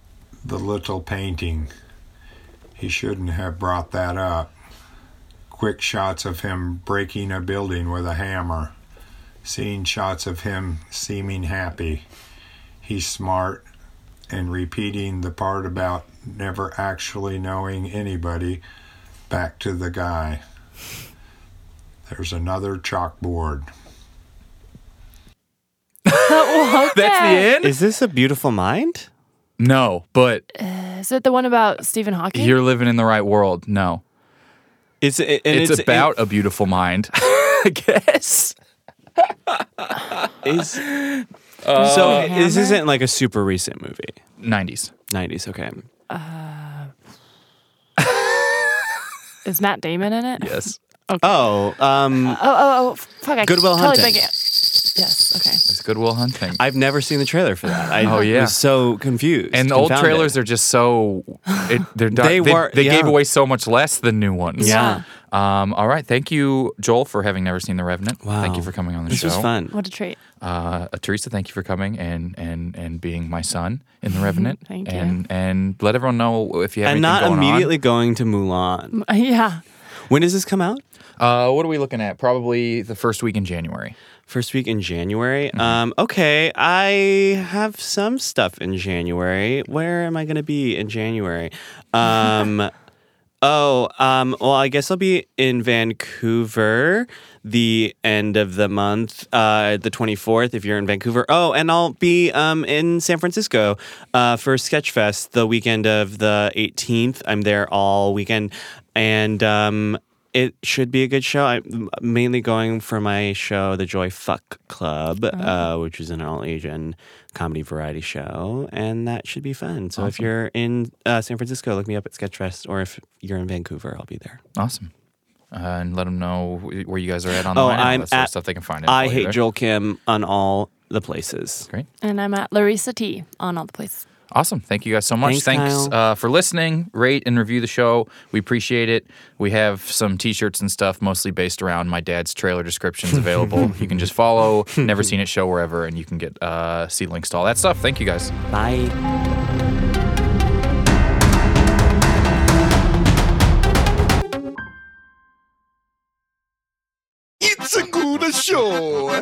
S5: the little painting. He shouldn't have brought that up. Quick shots of him breaking a building with a hammer seeing shots of him seeming happy. He's smart and repeating the part about never actually knowing anybody back to the guy. There's another chalkboard.
S1: That's the end?
S3: Is this a beautiful mind?
S1: No, but
S4: Is it the one about Stephen Hawking?
S1: you're living in the right world. No.
S3: It's it, and
S1: It's,
S3: it's
S1: about a beautiful mind, <laughs> I guess.
S3: it is-
S4: Oh,
S1: Oh.
S3: so this isn't like a super recent movie.
S1: 90s.
S3: 90s. Okay.
S4: is Matt Damon in it?
S1: Yes.
S3: Oh, um,
S4: Oh, oh, oh, fuck! I
S3: Goodwill
S4: totally
S3: Hunting.
S4: blanking- Yes. Okay.
S1: It's Goodwill Hunting.
S3: I've never seen the trailer for that. I
S1: Oh, yeah.
S3: was so confused.
S1: and the old
S3: confounded.
S1: trailers are just
S3: <laughs>
S1: so it, they're di-
S3: They
S1: they,
S3: were-
S1: they gave
S3: yeah.
S1: away so much less than new ones.
S3: Yeah.
S1: Um, all right. Thank you, Joel, for having never seen The Revenant.
S3: Wow.
S1: Thank you for coming on the
S3: This
S1: show.
S3: was fun.
S4: What a treat.
S1: Uh, uh, Teresa, thank you for coming and and and being my son in The Revenant.
S4: Thank you.
S1: and, And let everyone know if you have
S3: Mm-hmm. And
S1: anything
S3: not
S1: going on.
S3: immediately going to Mulan.
S4: <laughs> Yeah.
S3: When does this come out?
S1: Uh, what are we looking at? Probably the first week in January.
S3: First week in January. Um, okay, I have some stuff in January. Where am I going to be in January? Um, oh, um, well, I guess I'll be in Vancouver the end of the month, uh, the 24th, if you're in Vancouver. Oh, and I'll be um, in San Francisco uh, for Sketchfest the weekend of the 18th. I'm there all weekend. And um, it should be a good show. I'm mainly going for my show, The Joy Fuck Club, uh, which is an all Asian comedy variety show, and that should be fun. So if you're in uh, San Francisco, look me up at Sketchfest, or if you're in Vancouver, I'll be there.
S1: Awesome. Uh, and let them know wh- where you guys are at online.
S3: Oh,
S1: and all
S3: I'm
S1: that sort of
S3: at
S1: stuff they can find. it for
S3: I
S1: you
S3: hate
S1: there.
S3: Joel Kim on all the places.
S1: Great.
S4: And I'm at Larissa T on all the places.
S1: Awesome. Thank you guys so much.
S3: Thanks,
S1: Thanks,
S3: Kyle.
S1: uh, for listening. Rate and review the show. We appreciate it. We have some t shirts and stuff mostly based around my dad's trailer descriptions
S3: <laughs>
S1: available. you can just follow Never Seen It Show wherever, and you can get uh, see links to all that stuff. Thank you guys.
S3: Bye.
S2: It's a good show.